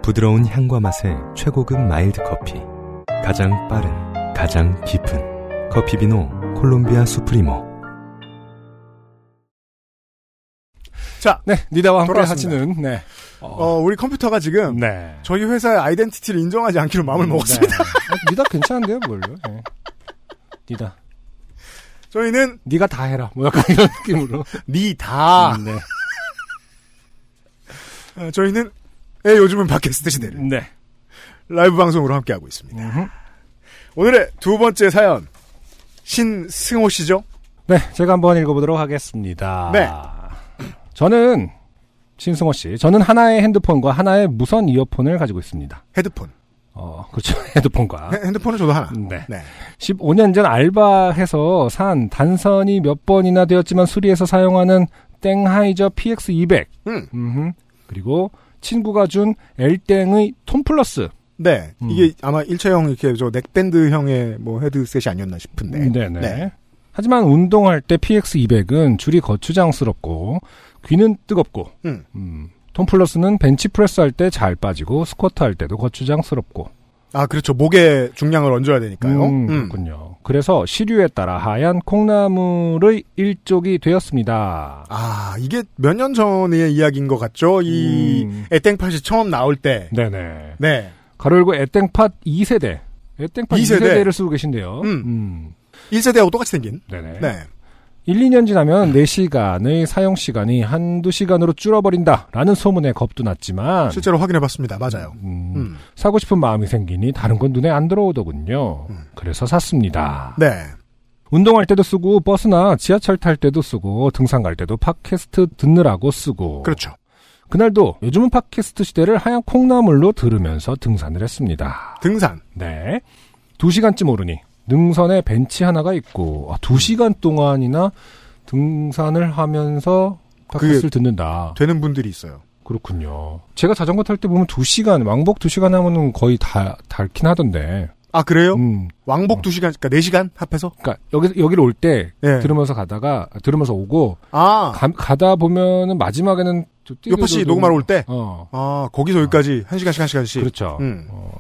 부드러운 향과 맛의 최고급 마일드 커피 가장 빠른 가장 깊은 커피 비노 콜롬비아 수프리모 네, 니다와 함께 돌아왔습니다. 하시는 네. 어, 우리 컴퓨터가 지금 네. 저희 회사의 아이덴티티를 인정하지 않기로 마음을 먹었습니다. 네. 니다 괜찮은데요, 뭘로? 네. 니다. 저희는 니가 다 해라. 뭐 약간 이런 느낌으로. 니다 음, 네. 어, 저희는 예, 요즘은 팟캐스트 시대를 네. 라이브 방송으로 함께하고 있습니다. 음흠. 오늘의 두 번째 사연 신승호 씨죠? 네, 제가 한번 읽어보도록 하겠습니다. 네. 저는 신승호 씨, 저는 하나의 핸드폰과 하나의 무선 이어폰을 가지고 있습니다. 헤드폰 어, 그렇죠. 핸드폰과. 헤- 핸드폰은 저도 하나. 네. 네. 15년 전 알바해서 산 단선이 몇 번이나 되었지만 수리해서 사용하는 땡하이저 PX200. 음. 음흠. 그리고 친구가 준 엘땡의 톰플러스. 네. 음. 이게 아마 1차형 이렇게 저 넥밴드형의 뭐 헤드셋이 아니었나 싶은데. 음, 네네. 하지만 운동할 때 PX200은 줄이 거추장스럽고 귀는 뜨겁고 음. 음, 톰플러스는 벤치프레스 할 때 잘 빠지고 스쿼트 할 때도 거추장스럽고 아, 그렇죠. 목에 중량을 얹어야 되니까요. 음, 그렇군요. 그래서 시류에 따라 하얀 콩나물의 일족이 되었습니다. 아, 이게 몇 년 전의 이야기인 것 같죠? 이 음. 애땡팟이 처음 나올 때. 네네. 네. 가로열고 에땡팟 2세대. 에땡팟 2세대. 2세대. 를 쓰고 계신데요. 음. 음, 1세대하고 똑같이 생긴. 네네. 네. 1, 2년 지나면 4시간의 사용 시간이 한두 시간으로 줄어버린다라는 소문에 겁도 났지만 실제로 확인해 봤습니다. 맞아요. 음, 음. 사고 싶은 마음이 생기니 다른 건 눈에 안 들어오더군요. 음. 그래서 샀습니다. 네. 운동할 때도 쓰고 버스나 지하철 탈 때도 쓰고 등산 갈 때도 팟캐스트 듣느라고 쓰고 그렇죠. 날도 요즘은 팟캐스트 시대를 하얀 콩나물로 들으면서 등산을 했습니다. 등산. 네. 두 시간쯤 오르니 능선에 벤치 하나가 있고 아, 음. 두 시간 동안이나 등산을 하면서 그 팟캐스트를 듣는다. 되는 분들이 있어요. 그렇군요. 제가 자전거 탈 때 보면 두 시간 왕복 두 시간 하면은 거의 다 닳긴 하던데. 아, 그래요? 음. 왕복 2시간, 그러니까 4시간 합해서? 그러니까 여기 여기로 올 때 예. 들으면서 가다가 들으면서 오고 아, 가, 다 보면은 마지막에는 저 뛰는 요파 씨 데도- 녹음하러 올 때? 어. 아, 거기서 여기까지 1시간씩 1시간씩. 그렇죠. 음. 어,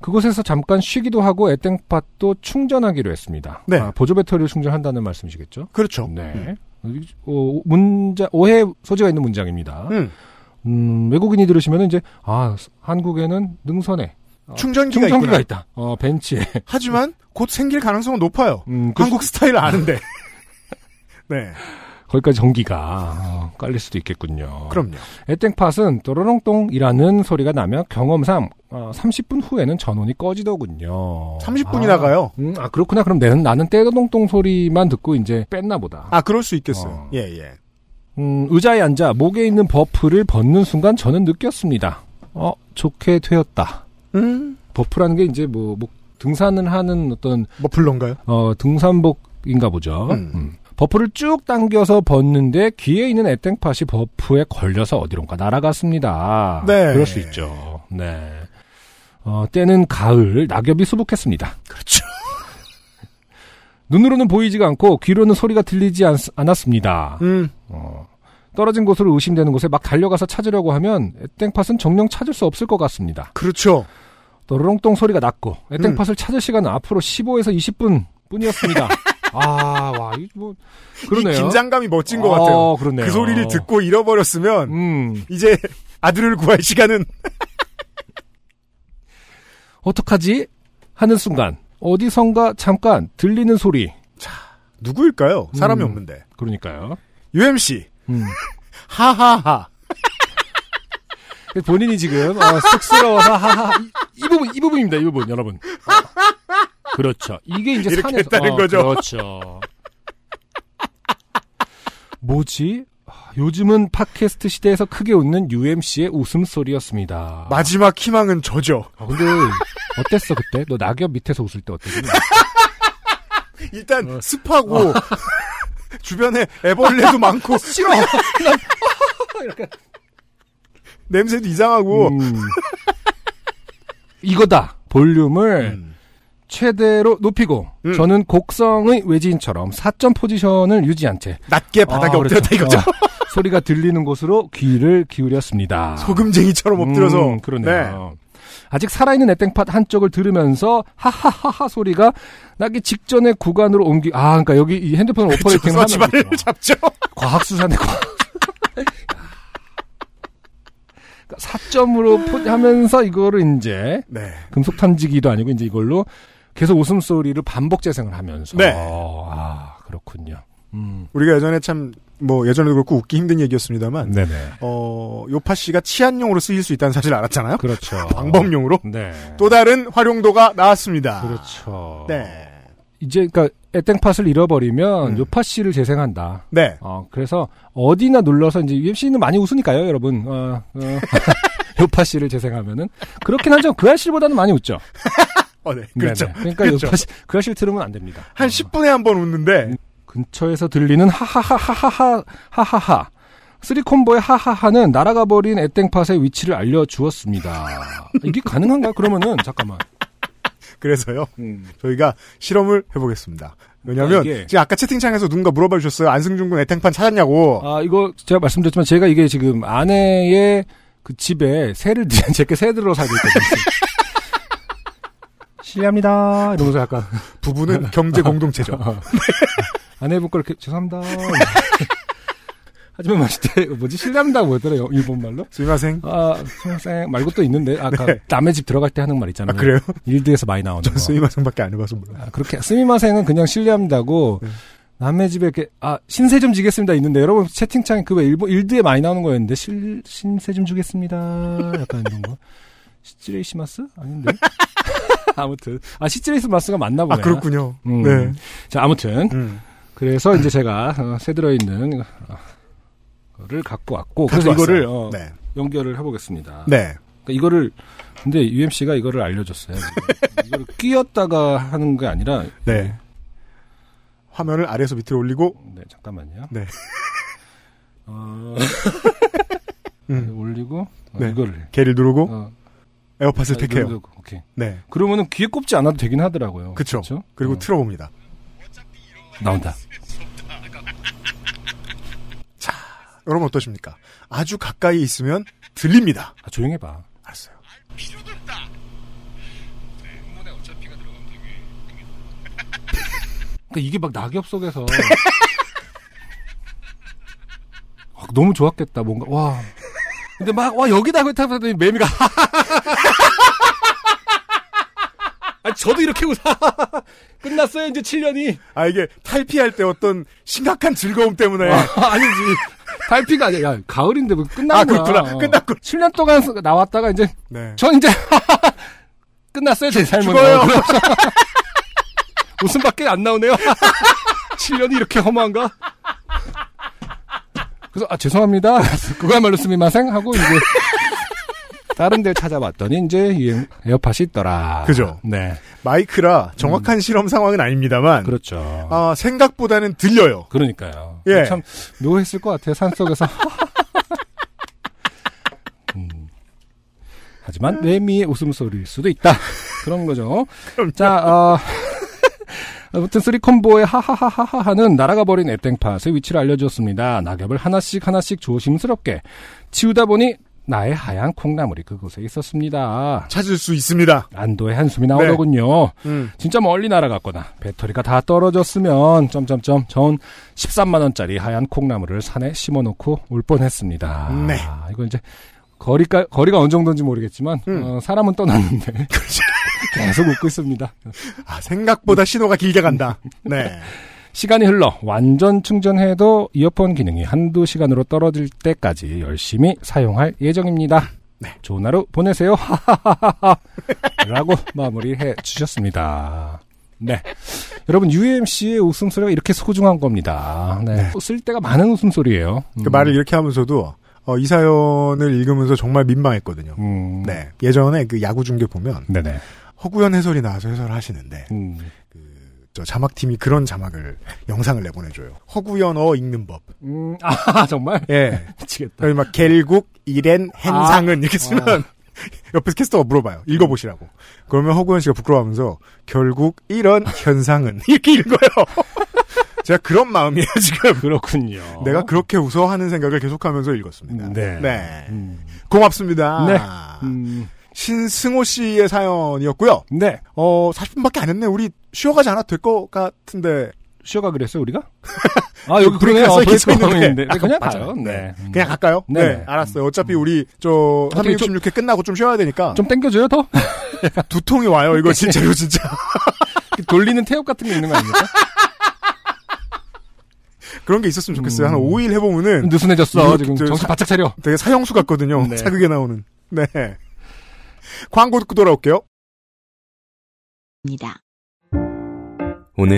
그곳에서 잠깐 쉬기도 하고 애땡팟도 충전하기로 했습니다. 네. 아, 보조 배터리를 충전한다는 말씀이시겠죠? 그렇죠. 네. 어, 문자 오해 소지가 있는 문장입니다. 음. 음, 외국인이 들으시면 이제 아 한국에는 능선에 충전기가, 충전기가 있구나. 있다. 어 벤치에. 하지만 곧 생길 가능성은 높아요. 음, 그- 한국 스타일 아는데. 네. 거기까지 전기가 어, 깔릴 수도 있겠군요. 그럼요. 애땡팟은 또로롱똥이라는 소리가 나며 경험상 어, 30분 후에는 전원이 꺼지더군요. 30분이 아, 나가요. 음, 아 그렇구나. 그럼 나는 나는 떼도동동 소리만 듣고 이제 뺐나 보다. 아, 그럴 수 있겠어요. 어. 예, 예. 음, 의자에 앉아 목에 있는 버프를 벗는 순간 저는 느꼈습니다. 어 좋게 되었다. 음. 버프라는 게 이제 뭐, 뭐 등산을 하는 어떤 뭐 불러인가요? 어, 등산복인가 보죠. 음. 음. 버프를 쭉 당겨서 벗는데 귀에 있는 애땡팟이 버프에 걸려서 어디론가 날아갔습니다. 네. 그럴 수 있죠. 네. 어, 때는 가을, 낙엽이 수북했습니다. 그렇죠. 눈으로는 보이지가 않고 귀로는 소리가 들리지 않, 았습니다 어, 음. 떨어진 곳으로 의심되는 곳에 막 달려가서 찾으려고 하면 애땡팟은 정령 찾을 수 없을 것 같습니다. 그렇죠. 또르렁똥 소리가 났고 애땡팟을 찾을 시간은 앞으로 15에서 20분 뿐이었습니다. 아, 와, 이 뭐, 그러네요. 이 긴장감이 멋진 것 아, 같아요. 그러네요. 그 소리를 듣고 잃어버렸으면 음, 이제 아들을 구할 시간은 어떡하지? 하는 순간 어디선가 잠깐 들리는 소리. 누구일까요? 사람이 음. 없는데. 그러니까요. UMC. 음. 아. 하하하. 본인이 지금 어, 쑥스러워서 하하 이, 이 부분 이 부분입니다. 이 부분 여러분. 어. 그렇죠. 이게 이제 이렇게 산에서 했다는 어, 거죠. 그렇죠. 뭐지? 아, 요즘은 팟캐스트 시대에서 크게 웃는 UMC의 웃음소리였습니다. 마지막 희망은 저죠. 아, 근데 어땠어 그때? 너 낙엽 밑에서 웃을 때 어땠니? 일단 어. 습하고 주변에 애벌레도 많고 싫어. 냄새도 이상하고 음. 이거다. 볼륨을 음. 최대로 높이고 음. 저는 곡성의 외지인처럼 4점 포지션을 유지한 채 낮게 바닥에 아, 엎드렸다 그렇죠. 이거죠. 어, 소리가 들리는 곳으로 귀를 아. 기울였습니다. 소금쟁이처럼 엎드려서 음, 그러네요. 아직 살아있는 에땡팟 한쪽을 들으면서 하하하하 소리가 나기 직전의 구간으로 옮기 아 그러니까 여기 이 핸드폰 오퍼레이팅 조서 하면 지발을 잡죠. 과학수사네 과학. 그러니까 4점으로 포하면서 이거를 이제 네. 금속 탐지기도 아니고 이제 이걸로 계속 웃음소리를 반복 재생을 하면서 네. 어, 아 그렇군요. 음. 우리가 예전에 참 뭐 예전에도 그렇고 웃기 힘든 얘기였습니다만 네네. 어 요파 씨가 치안용으로 쓰일 수 있다는 사실 알았잖아요. 그렇죠. 방범용으로 네. 또 다른 활용도가 나왔습니다. 그렇죠. 네. 이제 그러니까 에땡팟을 잃어버리면 음. 요파 씨를 재생한다. 네. 어 그래서 어디나 눌러서 이제 UMC는 많이 웃으니까요, 여러분. 어, 어. 요파 씨를 재생하면은 그렇긴 하죠. 그 아씨보다는 많이 웃죠. 어, 네. 그렇죠. 네네. 그러니까 그렇죠. 요파 씨, 그 아씨를 들으면 안 됩니다. 한 10분에 한 번 웃는데 근처에서 들리는 하하하하하하 하하하 쓰리콤보의 하하하는 날아가 버린 에땡팟의 위치를 알려주었습니다. 이게 가능한가요? 그러면은 잠깐만. 그래서요. 저희가 실험을 해보겠습니다. 왜냐하면 아, 이게- 지금 아까 채팅창에서 누군가 물어봐 주셨어요. 안승준 군 애탱판 찾았냐고. 아 이거 제가 말씀드렸지만 제가 이게 지금 아내의 그 집에 새를 들여- 제게 새 들어 살고 있거든요. 실례합니다. 이러면서 약간 부부는 경제 공동체죠. 아내분 걸 이렇게 죄송합니다. 하지만 마실 때 뭐지 실례합니다 뭐더라 일본 말로? 스미마생. 아, 쌩 말고 또 있는데 아까 남의 집 들어갈 때 하는 말 아 네. 있잖아요. 그래요? 일드에서 많이 나오는 전 거. 스미마생밖에 안 해봐서 몰라. 아, 그렇게 스미마생은 그냥 실례합니다고 네. 남의 집에 이렇게 아 신세 좀 지겠습니다 있는데 여러분 채팅창에 그왜 일본 일드에 많이 나오는 거였는데 실 신세 좀 주겠습니다 약간 이런 거 시츠레이시마스 아닌데 아무튼 아 시츠레이시마스가 맞나 아 보네. 그렇군요. 음. 네. 자 아무튼 음. 그래서 이제 제가 어, 새 들어 있는 거를 갖고 왔고 그래서 가져왔어요. 이거를 어, 네. 연결을 해보겠습니다. 네. 그러니까 이거를 근데 UMC가 이거를 알려줬어요. 이거를 끼었다가 하는 게 아니라 네. 화면을 아래에서 밑으로 올리고 네 잠깐만요. 네. 어, 아. 음. 올리고 어, 네. 이거를 개를 누르고 어, 에어팟을 아, 택해요. 누르고, 오케이. 네. 그러면은 귀에 꼽지 않아도 되긴 하더라고요. 그쵸. 그쵸? 그리고 어, 틀어봅니다. 나온다. 여러분 어떠십니까? 아주 가까이 있으면 들립니다. 아, 조용해봐. 알았어요. 네, 그러니까 이게 막 낙엽 속에서 아, 너무 좋았겠다. 뭔가 와. 근데 막 와 여기다 그랬다 하더니 매미가 아 저도 이렇게 웃어. 끝났어요 이제 7년이. 아 이게 탈피할 때 어떤 심각한 즐거움 때문에 아, 아니지. 달피가 아니야. 야, 가을인데 뭐 끝난 아, 거야. 그렇구나. 끝났구나. 7년 동안 쓰- 나왔다가 이제 네. 전 이제 끝났어요 제 삶은. 죽어요. 어, 그래서 웃음밖에 안 나오네요. 7년이 이렇게 허무한가? 그래서 아 죄송합니다. 그거야말로 스미마생 하고 이제 다른 데 찾아봤더니 이제 이 에어팟이 있더라. 그죠. 네, 마이크라 정확한 실험 상황은 아닙니다만 음. 그렇죠. 아, 생각보다는 들려요. 그러니까요. 예. 참 묘했을 것 같아요. 산 속에서. 음. 하지만 매미의 웃음소리일 수도 있다. 그런 거죠. 자, 어, 아무튼 쓰리콤보의 하하하하하는 날아가 버린 에땡팟의 위치를 알려주었습니다. 낙엽을 하나씩 하나씩 조심스럽게 치우다 보니 나의 하얀 콩나물이 그곳에 있었습니다. 찾을 수 있습니다. 안도의 한숨이 나오더군요. 네. 음. 진짜 멀리 날아갔거나 배터리가 다 떨어졌으면 점점점 전 13만 원짜리 하얀 콩나물을 산에 심어놓고 울 뻔했습니다. 네. 아, 이거 이제 거리가 거리가 어느 정도인지 모르겠지만 음. 그렇죠. 어, 사람은 떠났는데 계속 웃고 있습니다. 아, 생각보다 신호가 길게 간다. 네. 시간이 흘러 완전 충전해도 이어폰 기능이 한두 시간으로 떨어질 때까지 열심히 사용할 예정입니다. 네. 좋은 하루 보내세요. 하하하하하. 라고 마무리해 주셨습니다. 네. 여러분, UMC의 웃음소리가 이렇게 소중한 겁니다. 네. 쓸데가 많은 웃음소리예요. 그 말을 이렇게 하면서도 어, 이 사연을 읽으면서 정말 민망했거든요. 음. 네. 예전에 그 야구 중계 보면 네네. 허구현 해설이 나와서 해설을 하시는데 음. 저 자막팀이 그런 자막을 영상을 내보내줘요. 허구연어 읽는 법. 음, 아, 정말? 예. 미치겠다. 그리고 막 결국 이랜 행상은 아. 이렇게 쓰면 옆에서 캐스터가 물어봐요. 읽어보시라고. 그러면 허구현 씨가 부끄러워하면서 결국 이런 현상은 이렇게 읽어요. 제가 그런 마음이에요 지금. 그렇군요. 내가 그렇게 웃어 하는 생각을 계속하면서 읽었습니다. 네. 네. 음. 고맙습니다. 네. 음. 신승호 씨의 사연이었고요. 네. 어 40분밖에 안 했네. 우리 쉬어가지 않아도 될 것 같은데 쉬어가 그랬어요, 우리가? 아, 여기 그러네요. 브레이크가 아, 써 있는데. 있는데. 아, 그냥 맞아요. 가요. 네. 음. 그냥 갈까요? 네. 알았어요. 어차피 우리 저 어떻게 좀- 366회 끝나고 좀 쉬어야 되니까 좀 네. 땡겨줘요, 더? 두통이 와요. 이거 진짜로 진짜. 그 돌리는 태엽 같은 게 있는 거 아닙니까? 그런 게 있었으면 좋겠어요. 음. 한 5일 해보면은 느슨해졌어. 이거 지금 저- 정신 바짝 차려. 되게 사형수 같거든요. 네. 사극에 나오는. 네. 광고 듣고 돌아올게요. 입니다.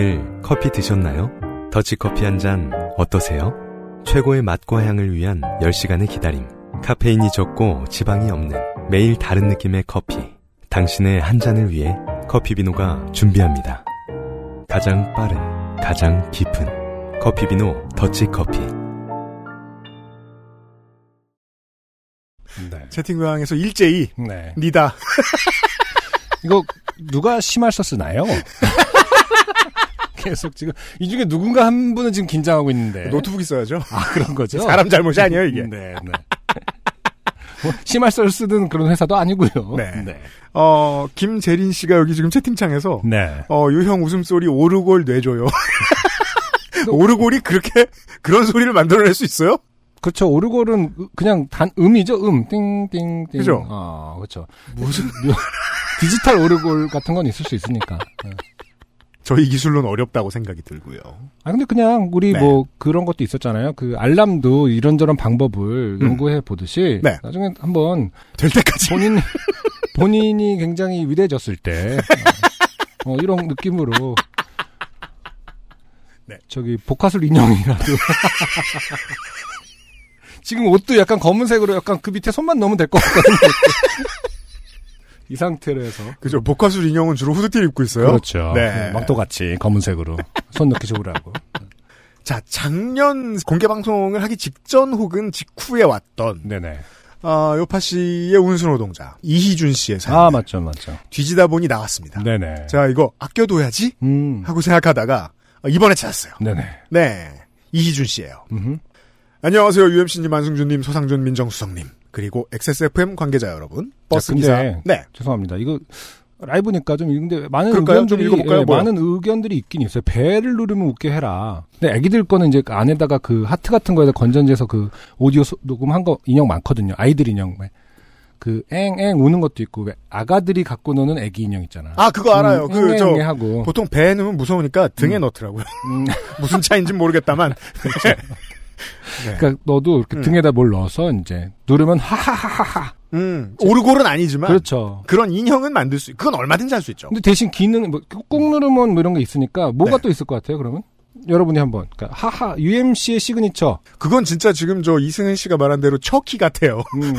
오늘 커피 드셨나요? 더치커피 한 잔 어떠세요? 최고의 맛과 향을 위한 10시간의 기다림. 카페인이 적고 지방이 없는 매일 다른 느낌의 커피. 당신의 한 잔을 위해 커피비노가 준비합니다. 가장 빠른, 가장 깊은 커피비노 더치커피. 네. 채팅방에서 일제히 네. 니다. 이거 누가 심할 써 쓰나요? 계속 지금 이 중에 누군가 한 분은 지금 긴장하고 있는데 노트북이 써야죠. 네. 아 그런 거죠? 사람 잘못이 아니에요 이게. 네, 네. 뭐 심할 썰 쓰는 그런 회사도 아니고요. 네. 네. 어 김재린 씨가 여기 지금 채팅창에서 네. 어 유형 웃음소리 오르골 내줘요. 오르골이 그렇게 그런 소리를 만들어낼 수 있어요? 그렇죠. 오르골은 으- 그냥 단 음이죠. 음. 띵띵띵. 그죠? 아, 그렇죠. 무슨 디지털 오르골 같은 건 있을 수 있으니까. 네. 저희 기술로는 어렵다고 생각이 들고요. 아 근데 그냥 우리 네. 뭐 그런 것도 있었잖아요. 그 알람도 이런저런 방법을 연구해 보듯이 음. 네. 나중에 한번 될 때까지. 본인 본인이 굉장히 위대해졌을 때 어, 어, 이런 느낌으로 네. 저기 복화술 인형이라도 지금 옷도 약간 검은색으로 약간 그 밑에 손만 넣으면 될 것 같거든요. 이 상태로 해서 그죠. 복화술 인형은 주로 후드티를 입고 있어요. 그렇죠. 네. 망토 같이 검은색으로 손 넣기 좋으라고. 자, 작년 공개 방송을 하기 직전 혹은 직후에 왔던 네네. 아, 요파 씨의 운수 노동자 이희준 씨의 사연 아 맞죠 맞죠. 뒤지다 보니 나왔습니다. 네네. 자, 이거 아껴둬야지 음. 하고 생각하다가 어, 이번에 찾았어요. 네네. 네, 이희준 씨예요. 음흠. 안녕하세요, UMC님, 안승준님, 서상준 민정수석님 그리고 XSFM 관계자 여러분, 버스 근데- 기사. 네, 죄송합니다. 이거 라이브니까 좀 근데 많은 그럴까요? 의견들이 좀 읽어볼까요? 예, 뭐요? 많은 의견들이 있긴 있어요. 배를 누르면 웃게 해라. 근데 애기들 거는 이제 그 안에다가 그 하트 같은 거에다 건전지에서 그 오디오 소- 녹음한 거 인형 많거든요. 아이들 인형 그 앵앵 우는 것도 있고 왜 아가들이 갖고 노는 애기 인형 있잖아. 아 그거 알아요. 그 저 앵앵 하고 보통 배에 넣으면 무서우니까 등에 넣더라고요. 음. 무슨 차인지 모르겠다만 그러니까 너도 이렇게 음. 등에다 뭘 넣어서 이제 누르면 하하하하하. 음, 오르골은 아니지만 그렇죠. 음. 그런 인형은 만들 수, 그건 얼마든지 할 수 있죠. 근데 대신 기능 뭐꾹 누르면 뭐 이런 게 있으니까 뭐가 네. 또 있을 것 같아요 그러면 여러분이 한번 그러니까 하하 UMC의 시그니처 그건 진짜 지금 저 이승은 씨가 말한 대로 척키 같아요. 음.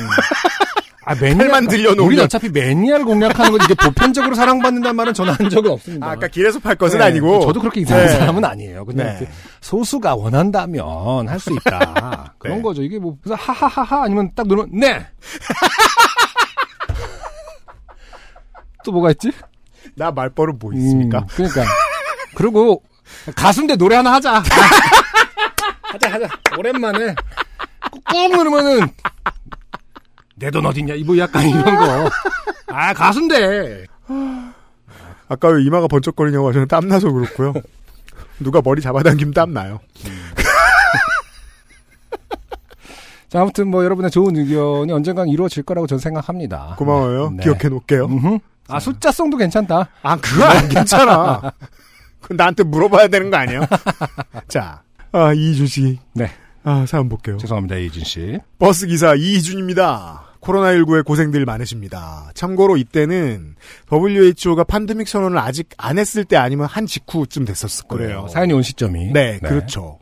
아 매니아 팔만 들려놓으면. 우리 어차피 매니아를 공략하는 건 이게 보편적으로 사랑받는다는 말은 저는 한 적은 없습니다. 아, 아까 길에서 팔 것은 네, 아니고. 저도 그렇게 이상한 네. 사람은 아니에요. 근데 네. 이렇게 소수가 원한다면 할 수 있다. 그런 네. 거죠. 이게 뭐 그래서 하하하하 아니면 딱 누르면 네. 또 뭐가 있지? 나 말벌은 뭐 있습니까? 음, 그러니까. 그리고 가수인데 노래 하나 하자. 하자 하자. 오랜만에 꾹 누르면은 내 돈 어딨냐? 이뭐 약간 이런 거. 아 가수인데. 아까 왜 이마가 번쩍거리냐고 하셨는데 땀나서 그렇고요. 누가 머리 잡아당기면 땀나요. 자 아무튼 뭐 여러분의 좋은 의견이 언젠간 이루어질 거라고 전 생각합니다. 고마워요. 네. 기억해 놓을게요. 음흠. 아 숫자성도 괜찮다. 아, 그거 안 괜찮아. 그건 나한테 물어봐야 되는 거 아니에요? 자, 아, 이준 씨. 네. 아, 사연 볼게요. 죄송합니다 이진 씨. 버스 기사 이희준입니다. 코로나19에 고생들 많으십니다. 참고로 이때는 WHO가 팬데믹 선언을 아직 안 했을 때 아니면 한 직후쯤 됐었을 거예요. 그래요. 어, 사연이 온 시점이. 네, 그렇죠.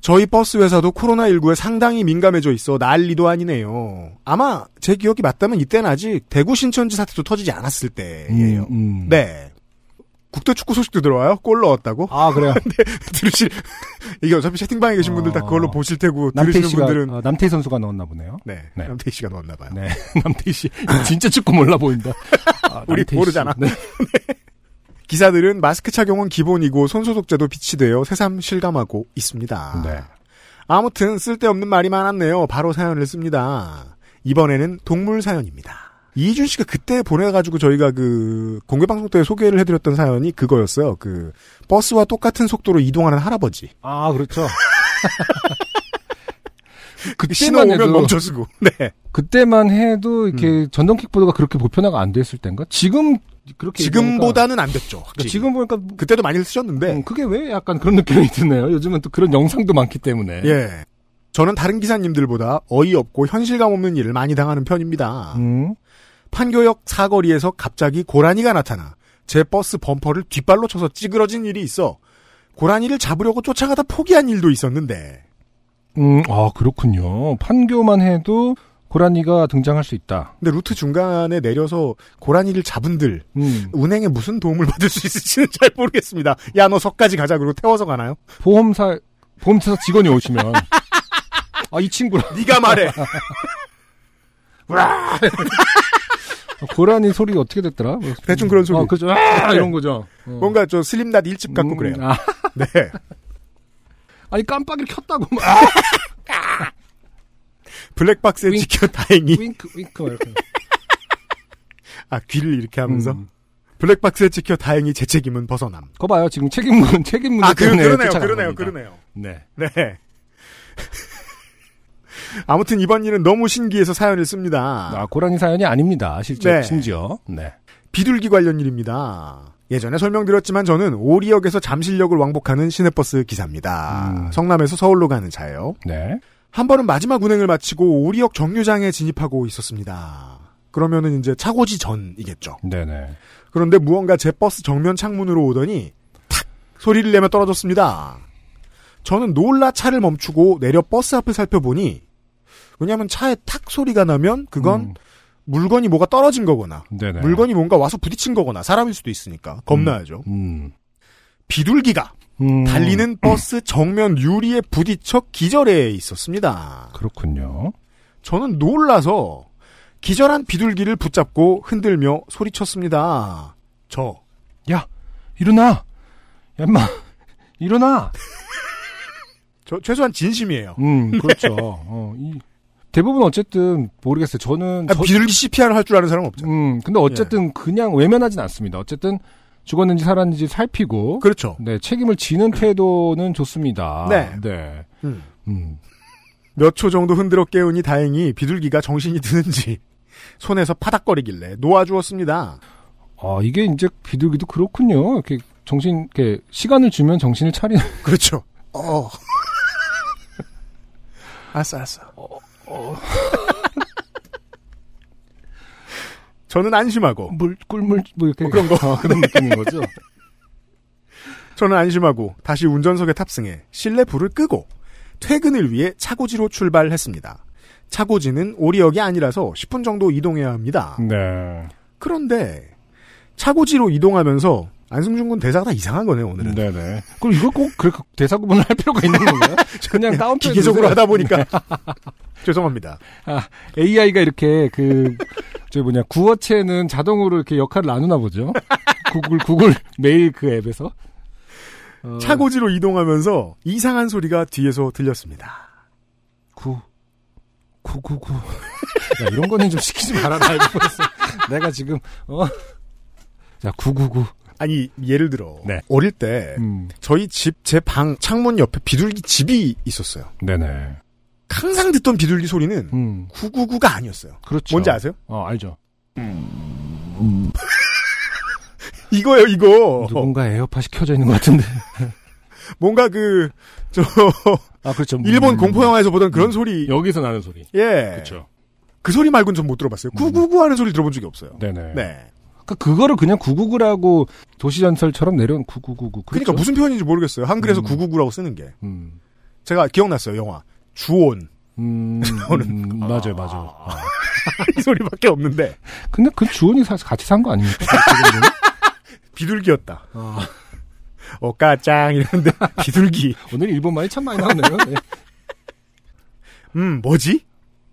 저희 버스 회사도 코로나19에 상당히 민감해져 있어 난리도 아니네요. 아마 제 기억이 맞다면 이때는 아직 대구 신천지 사태도 터지지 않았을 때예요. 음, 음. 네. 국대 축구 소식도 들어와요. 골 넣었다고. 아, 그래요. 들으실 이게 어차피 채팅방에 계신 분들 다 그걸로 어. 보실 테고 남태희 들으시는 씨가, 분들은 어, 남태희 선수가 넣었나 보네요. 네, 네. 남태희 씨가 넣었나 봐요. 네, 남태희 씨. 진짜 축구 몰라 보인다. 아, 우리 남태희 씨. 모르잖아. 네. 기사들은 마스크 착용은 기본이고 손소독제도 비치되어 새삼 실감하고 있습니다. 네. 아무튼 쓸데없는 말이 많았네요. 바로 사연을 씁니다. 이번에는 동물 사연입니다. 이준 씨가 그때 보내가지고 저희가 그 공개 방송 때 소개를 해드렸던 사연이 그거였어요. 그 버스와 똑같은 속도로 이동하는 할아버지. 아, 그렇죠. 신호 그때만 오면 해도 그러니까 멈춰서고. 네. 그때만 해도 이렇게 전동 킥보드가 그렇게 보편화가 안 됐을 땐가? 지금 음. 그렇게 지금보다는 안 됐죠. 그러니까 확실히. 지금 보니까 그때도 많이 쓰셨는데. 음, 그게 왜 약간 그런 느낌이 드네요. 요즘은 또 그런 영상도 많기 때문에. 예. 저는 다른 기사님들보다 어이없고 현실감 없는 일을 많이 당하는 편입니다. 음. 판교역 사거리에서 갑자기 고라니가 나타나 제 버스 범퍼를 뒷발로 쳐서 찌그러진 일이 있어 고라니를 잡으려고 쫓아가다 포기한 일도 있었는데 음, 아, 그렇군요. 판교만 해도 고라니가 등장할 수 있다. 근데 루트 중간에 내려서 고라니를 잡은들 음. 운행에 무슨 도움을 받을 수 있을지는 잘 모르겠습니다. 야 너 석까지 가자 그러고 태워서 가나요? 보험사, 보험사 직원이 오시면. 아, 이 친구라. 네가 말해. 어. 고라니 소리 어떻게 됐더라? 뭐, 대충 그런 소리. 아, 그죠. 아, 네. 이런 거죠. 어. 뭔가 저 슬림낫 일집 같고 음, 그래요. 아, 네. 아니, 깜빡이를 켰다고. 막. 아, 블랙박스에 윙. 찍혀 다행히 윙크, 윙크, 막 이렇게. 아 귀를 이렇게 하면서 음. 블랙박스에 찍혀 다행히 제 책임은 벗어남. 거 봐요. 지금 책임문, 책임문. 아 그, 때문에 그러네요. 쫓아간 그러네요. 겁니다. 그러네요. 네. 네. 아무튼 이번 일은 너무 신기해서 사연을 씁니다. 아, 고라니 사연이 아닙니다. 실제, 네. 심지어. 네. 비둘기 관련 일입니다. 예전에 설명드렸지만 저는 오리역에서 잠실역을 왕복하는 시내버스 기사입니다. 음. 성남에서 서울로 가는 차예요. 네. 한 번은 마지막 운행을 마치고 오리역 정류장에 진입하고 있었습니다. 그러면은 이제 차고지 전이겠죠. 네네. 그런데 무언가 제 버스 정면 창문으로 오더니 탁 소리를 내며 떨어졌습니다. 저는 놀라 차를 멈추고 내려 버스 앞을 살펴보니 왜냐하면 차에 탁 소리가 나면 그건 음, 물건이 뭐가 떨어진 거거나 네네. 물건이 뭔가 와서 부딪힌 거거나 사람일 수도 있으니까 겁나야죠. 음. 비둘기가 음. 달리는 버스 정면 유리에 부딪혀 기절해 있었습니다. 그렇군요. 저는 놀라서 기절한 비둘기를 붙잡고 흔들며 소리쳤습니다. 저 야, 일어나! 야, 인마! 일어나! 저 최소한 진심이에요. 음, 그렇죠. 어, 이, 대부분 어쨌든, 모르겠어요. 저는. 아, 예. 저- 비둘기 CPR 할 줄 아는 사람 은 없죠. 음, 근데 어쨌든 그냥 외면하진 않습니다. 어쨌든 죽었는지 살았는지 살피고. 그렇죠. 네, 책임을 지는 태도는 좋습니다. 네. 네. 음. 음, 몇 초 정도 흔들어 깨우니 다행히 비둘기가 정신이 드는지 손에서 파닥거리길래 놓아주었습니다. 아, 이게 이제 비둘기도 그렇군요. 이렇게 정신, 이렇게 시간을 주면 정신을 차리는. 그렇죠. 어. 알았어, 알았어. 저는 안심하고, 물, 꿀물, 뭐 이렇게. 뭐 그런 거. 아, 그런 느낌인 거죠. 저는 안심하고 다시 운전석에 탑승해 실내 불을 끄고 퇴근을 위해 차고지로 출발했습니다. 차고지는 오리역이 아니라서 10분 정도 이동해야 합니다. 네. 그런데 차고지로 이동하면서 안승준 군 대사가 다 이상한 거네요 오늘은 네네. 그럼 이걸 꼭 그렇게 대사 구분을 할 필요가 있는 건가요? 그냥 다운표 기계적으로 하다 보니까 죄송합니다. AI가 이렇게 그, 저기 뭐냐, 구어체는 자동으로 이렇게 역할을 나누나 보죠? 구글, 구글 메일 그 앱에서. 어, 차고지로 이동하면서 이상한 소리가 뒤에서 들렸습니다. 구, 구, 구, 구. 야, 이런 거는 좀 시키지 말아라. 알고 있어. 내가 지금, 어. 자, 구, 구, 구. 아니 예를 들어 네. 어릴 때 음, 저희 집 제 방 창문 옆에 비둘기 집이 있었어요. 네네. 항상 듣던 비둘기 소리는 음, 구구구가 아니었어요. 그렇죠. 뭔지 아세요? 어, 알죠. 이거요 예 이거 누군가 에어팟이 켜져 있는 것 같은데. 뭔가 그 저 아, 그렇죠. 일본 음. 공포 영화에서 보던 그런 소리. 여기서 나는 소리. 예. 그렇죠. 그 소리 말고는 전 못 들어봤어요. 음. 구구구 하는 소리 들어본 적이 없어요. 네네. 네. 그러니까 그거를 그냥 999라고 도시전설처럼 내려온 999. 그러니까 무슨 표현인지 모르겠어요. 한글에서 음. 구구구라고 쓰는 게. 그렇죠? 음. 제가 기억났어요. 영화. 주온. 음, 음, 맞아요, 맞아요. 이 소리밖에 없는데. 근데 그 주원이 사실 같이 산 거 아닙니까? 비둘기였다. 아. 어, 까짱 이러는데 비둘기. 오늘 일본 말이 참 많이 나오네요. 네. 음, 뭐지?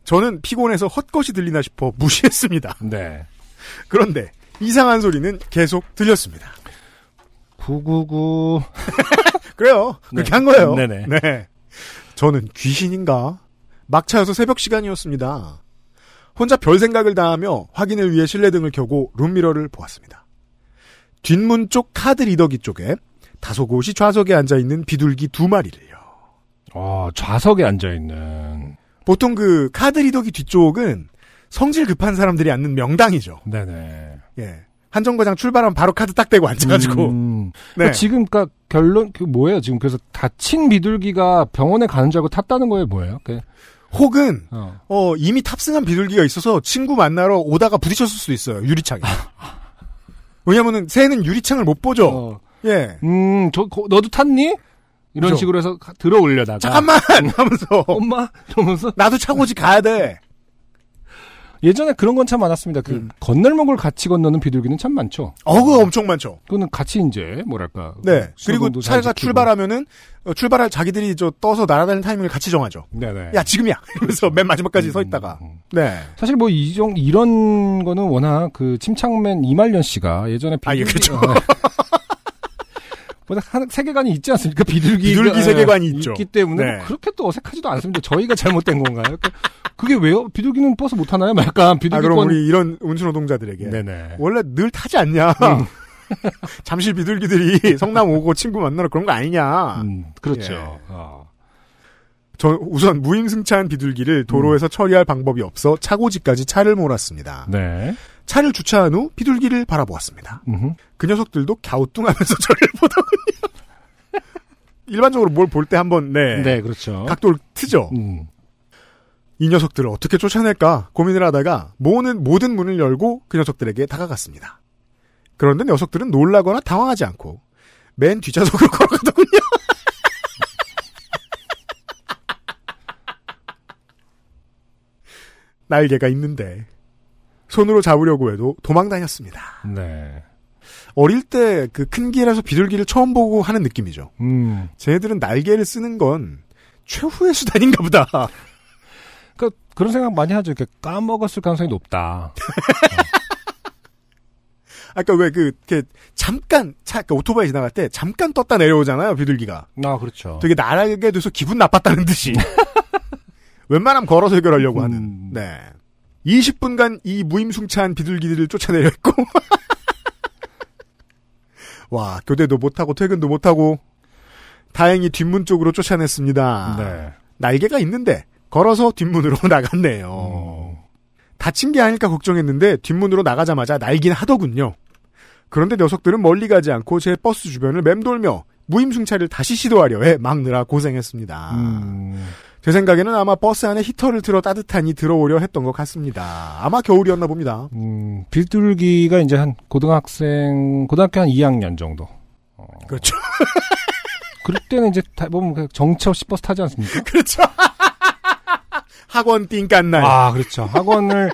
저는 피곤해서 헛것이 들리나 싶어 무시했습니다. 네. 그런데 이상한 소리는 계속 들렸습니다. 999. 그래요. 그렇게 네. 한 거예요. 네네. 네. 저는 귀신인가? 막차여서 새벽 시간이었습니다. 혼자 별 생각을 다하며 확인을 위해 실내등을 켜고 룸미러를 보았습니다. 뒷문 쪽 카드 리더기 쪽에 다소곳이 좌석에 앉아 있는 비둘기 두 마리를요. 어, 좌석에 앉아있는. 보통 그 카드 리더기 뒤쪽은 성질 급한 사람들이 앉는 명당이죠. 네네. 예. 한정거장 출발하면 바로 카드 딱 대고 앉아가지고. 음. 네. 그러니까 지금, 그니까 결론, 그 뭐예요? 지금 그래서 다친 비둘기가 병원에 가는 줄 알고 탔다는 거예요? 뭐예요? 그, 혹은 어. 어, 이미 탑승한 비둘기가 있어서 친구 만나러 오다가 부딪혔을 수도 있어요. 유리창에. 왜냐면은 새는 유리창을 못 보죠. 어. 예. 음, 저, 거- 너도 탔니? 이런 그죠. 식으로 해서 가- 들어 올려다가. 잠깐만 어. 하면서 엄마? 이러면서. 나도 차고지 가야 돼. 예전에 그런 건 참 많았습니다. 그, 음. 건널목을 같이 건너는 비둘기는 참 많죠. 어그 엄청 많죠. 그거는 같이 이제, 뭐랄까. 네. 그리고 어, 수도도 잘 차가 지키고. 출발하면은 어, 출발할 자기들이 저 떠서 날아다니는 타이밍을 같이 정하죠. 네네. 야 지금이야. 이러면서 맨 마지막까지 서 있다가. 음, 음. 네. 사실 뭐, 이 정, 이런 거는 워낙 그, 침착맨 이말년 씨가 예전에 아, 예, 그렇죠. 보다 한 세계관이 있지 않습니까? 비둘기 비둘기 세계관이 있죠. 기 때문에 네. 뭐 그렇게 또 어색하지도 않습니다. 저희가 잘못된 건가요? 그- 그게 왜요? 비둘기는 버스 못 타나요? 막 약간 아 비둘기권 예. 그럼 우리 이런 운수노동자들에게 네네. 음. 원래 늘 타지 않냐. 잠실 비둘기들이 성남 오고 친구 만나러 그런 거 아니냐. 음, 그렇죠. 예. 어. 저 우선 무임승차한 비둘기를 도로에서 처리할 방법이 없어 차고지까지 차를 몰았습니다. 네. 차를 주차한 후 비둘기를 바라보았습니다. 음흠. 그 녀석들도 갸우뚱하면서 저를 보더군요. 일반적으로 뭘 볼 때 한번 네, 네, 그렇죠. 각도를 트죠. 음. 이 녀석들을 어떻게 쫓아낼까 고민을 하다가 모는 모든 문을 열고 그 녀석들에게 다가갔습니다. 그런데 녀석들은 놀라거나 당황하지 않고 맨 뒷좌석으로 걸어가더군요. 날개가 있는데 손으로 잡으려고 해도 도망 다녔습니다. 네. 어릴 때 그 큰 길에서 비둘기를 처음 보고 하는 느낌이죠. 음. 쟤네들은 날개를 쓰는 건 최후의 수단인가 보다. 그러니까 그런 생각 많이 하죠. 이렇게 까먹었을 가능성이 높다. 아까 왜 그, 이렇게, 잠깐, 차, 그러니까 오토바이 지나갈 때, 잠깐 떴다 내려오잖아요, 비둘기가. 아, 그렇죠. 되게 날아게 돼서 기분 나빴다는 듯이. 웬만하면 걸어서 해결하려고 하는. 음. 네. 20분간 이 무임승차한 비둘기들을 쫓아내려했고. 와, 교대도 못하고, 퇴근도 못하고, 다행히 뒷문 쪽으로 쫓아냈습니다. 네. 날개가 있는데, 걸어서 뒷문으로 나갔네요. 어. 다친 게 아닐까 걱정했는데 뒷문으로 나가자마자 날긴 하더군요. 그런데 녀석들은 멀리 가지 않고 제 버스 주변을 맴돌며 무임승차를 다시 시도하려 해 막느라 고생했습니다. 음. 제 생각에는 아마 버스 안에 히터를 틀어 따뜻하니 들어오려 했던 것 같습니다. 아마 겨울이었나 봅니다. 음, 비둘기가 이제 한 고등학생, 고등학교 한 2학년 정도. 그렇죠. 그럴 때는 이제 다, 보면 그냥 정체 없이 버스 타지 않습니까? 그렇죠. 학원 띵깐 날. 아, 그렇죠. 학원을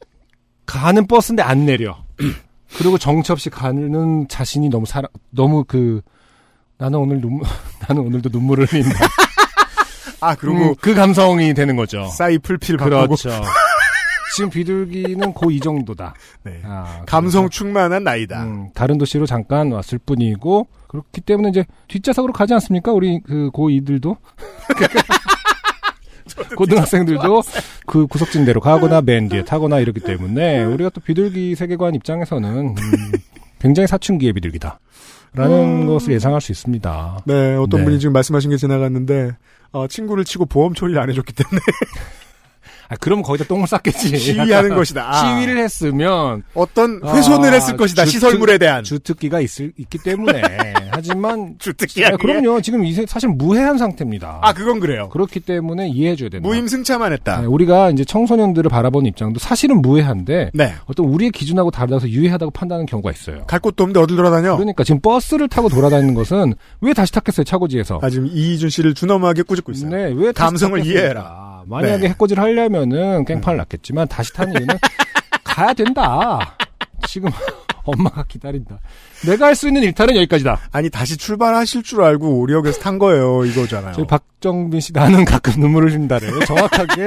가는 버스인데 안 내려. 그리고 정체 없이 가는 자신이 너무 사랑, 너무 그, 나는 오늘 눈, 나는 오늘도 눈물을 흘린다. 아, 음, 그리고 그 감성이 되는 거죠. 사이풀필 바꾸고 그렇죠. 지금 비둘기는 고 이 정도다. 네. 아, 감성 충만한 나이다. 음, 다른 도시로 잠깐 왔을 뿐이고 그렇기 때문에 이제 뒷좌석으로 가지 않습니까? 우리 그 고이들도 고등학생들도 그 구석진대로 가거나 맨 뒤에 타거나 이러기 네. 때문에 우리가 또 비둘기 세계관 입장에서는 음, 굉장히 사춘기의 음. 비둘기다라는 것을 예상할 수 있습니다. 네, 어떤 네. 분이 지금 말씀하신 게 지나갔는데 어, 친구를 치고 보험 처리를 안 해줬기 때문에 아, 그럼 거기다 똥을 쌌겠지. 시위하는 것이다. 아. 예. 시위를 했으면 어떤 훼손을 아, 했을 것이다. 주특- 시설물에 대한 주특기가 있을 있기 때문에. 하지만 주특기야. 아, 그럼요. 지금 이세 사실 무해한 상태입니다. 예, 아 그건 그래요. 그렇기 때문에 이해해줘야 된다. 무임승차만 했다. 네, 우리가 이제 청소년들을 바라보는 입장도 사실은 무해한데 네. 어떤 우리의 기준하고 달라서 유해하다고 판단하는 경우가 있어요. 갈 곳도 없는데 어딜 돌아다녀? 그러니까 지금 버스를 타고 돌아다니는 것은 왜 다시 탔겠어요 차고지에서? 아 지금 이희준 씨를 준엄하게 꾸짖고 있어요. 네, 왜 다시 감성을 탔겠습니까? 이해해라. 만약에 네. 해코지를 하려면은 깽판을 났겠지만 다시 타는 이유는 가야 된다. 지금 엄마가 기다린다. 내가 할 수 있는 일탈은 여기까지다. 아니 다시 출발하실 줄 알고 오리역에서 탄 거예요. 이거잖아요. 저희 박정빈 씨 나는 가끔 눈물을 흘린다를 정확하게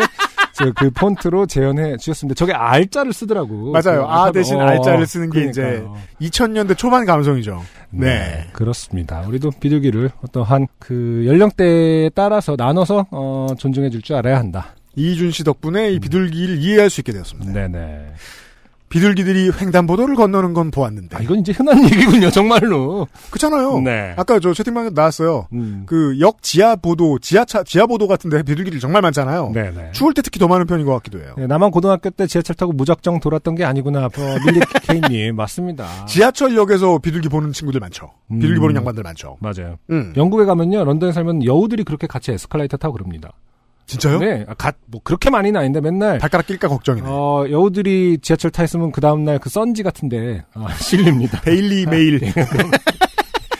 저 그 폰트로 재현해 주셨습니다. 저게 알자를 쓰더라고. 맞아요. 그 아 샵에. 대신 어, 알자를 쓰는 게 그러니까요. 이제 2000년대 초반 감성이죠. 네. 그렇습니다. 우리도 비둘기를 어떠한 그 연령대에 따라서 나눠서 어, 존중해 줄 줄 알아야 한다. 이희준 씨 덕분에 이 비둘기를 이해할 수 있게 되었습니다. 음. 네, 네. 비둘기들이 횡단보도를 건너는 건 보았는데 아, 이건 이제 흔한 얘기군요, 정말로. 그렇잖아요. 네. 네. 어, 아까 저 채팅방에 나왔어요. 음. 그 역 지하 보도, 지하차 지하 보도 같은데 비둘기들 정말 많잖아요. 네네. 추울 때 특히 더 많은 편인 것 같기도 해요. 네, 나만 고등학교 때 지하철 타고 무작정 돌았던 게 아니구나. 어, 밀리케이님 맞습니다. 지하철역에서 비둘기 보는 친구들 많죠. 음. 비둘기 보는 양반들 많죠. 맞아요. 음. 영국에 가면요, 런던에 살면 여우들이 그렇게 같이 에스컬레이터 타고 그럽니다. 진짜요? 네, 아, 갓, 뭐 그렇게 많이는 아닌데 맨날 발가락 낄까 걱정이네. 어, 여우들이 지하철 타 있으면 그 다음 날 그 썬지 같은데 아, 실립니다. 데일리 메일. 네.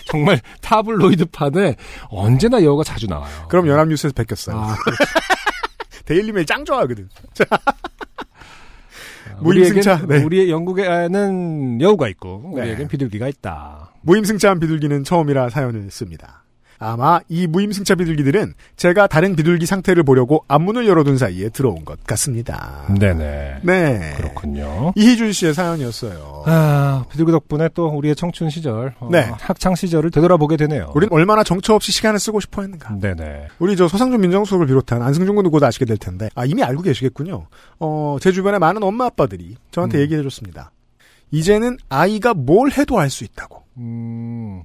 정말 타블로이드판에 언제나 여우가 자주 나와요. 그럼 연합뉴스에서 베꼈어요. 아, 데일리 메일 짱 좋아하거든. 자, 우리에겐- 무임승차, 네. 우리의 영국에는 여우가 있고 네. 우리에겐 비둘기가 있다. 무임승차한 비둘기는 처음이라 사연을 씁니다. 아마 이 무임승차 비둘기들은 제가 다른 비둘기 상태를 보려고 앞문을 열어둔 사이에 들어온 것 같습니다. 네네. 아. 네. 음. 그렇군요. 이희준 씨의 사연이었어요. 아, 비둘기 덕분에 또 우리의 청춘 시절, 어, 네. 학창 시절을 되돌아보게 되네요. 우린 얼마나 정처 없이 시간을 쓰고 싶어 했는가. 네네. 우리 저 서상준 민정수석을 비롯한 안승준 군도 곧 아시게 될 텐데, 아, 이미 알고 계시겠군요. 어, 제 주변에 많은 엄마 아빠들이 저한테 음. 얘기해 줬습니다. 이제는 아이가 뭘 해도 알 수 있다고. 음,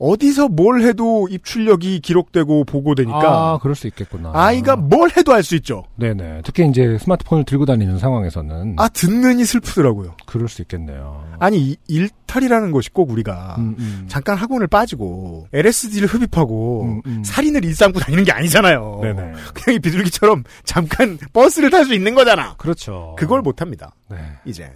어디서 뭘 해도 입출력이 기록되고 보고되니까, 아, 그럴 수 있겠구나. 아, 이가뭘 해도 알 수 있죠. 네네. 특히 이제 스마트폰을 들고 다니는 상황에서는 아, 듣느니 슬프더라고요. 그럴 수 있겠네요. 아니, 이 일탈이라는 것이 꼭 우리가 음, 음. 잠깐 학원을 빠지고 LSD를 흡입하고 음, 음. 살인을 일삼고 다니는 게 아니잖아요. 네네. 그냥 이 비둘기처럼 잠깐 버스를 탈 수 있는 거잖아. 그렇죠. 그걸 못 합니다. 네. 이제.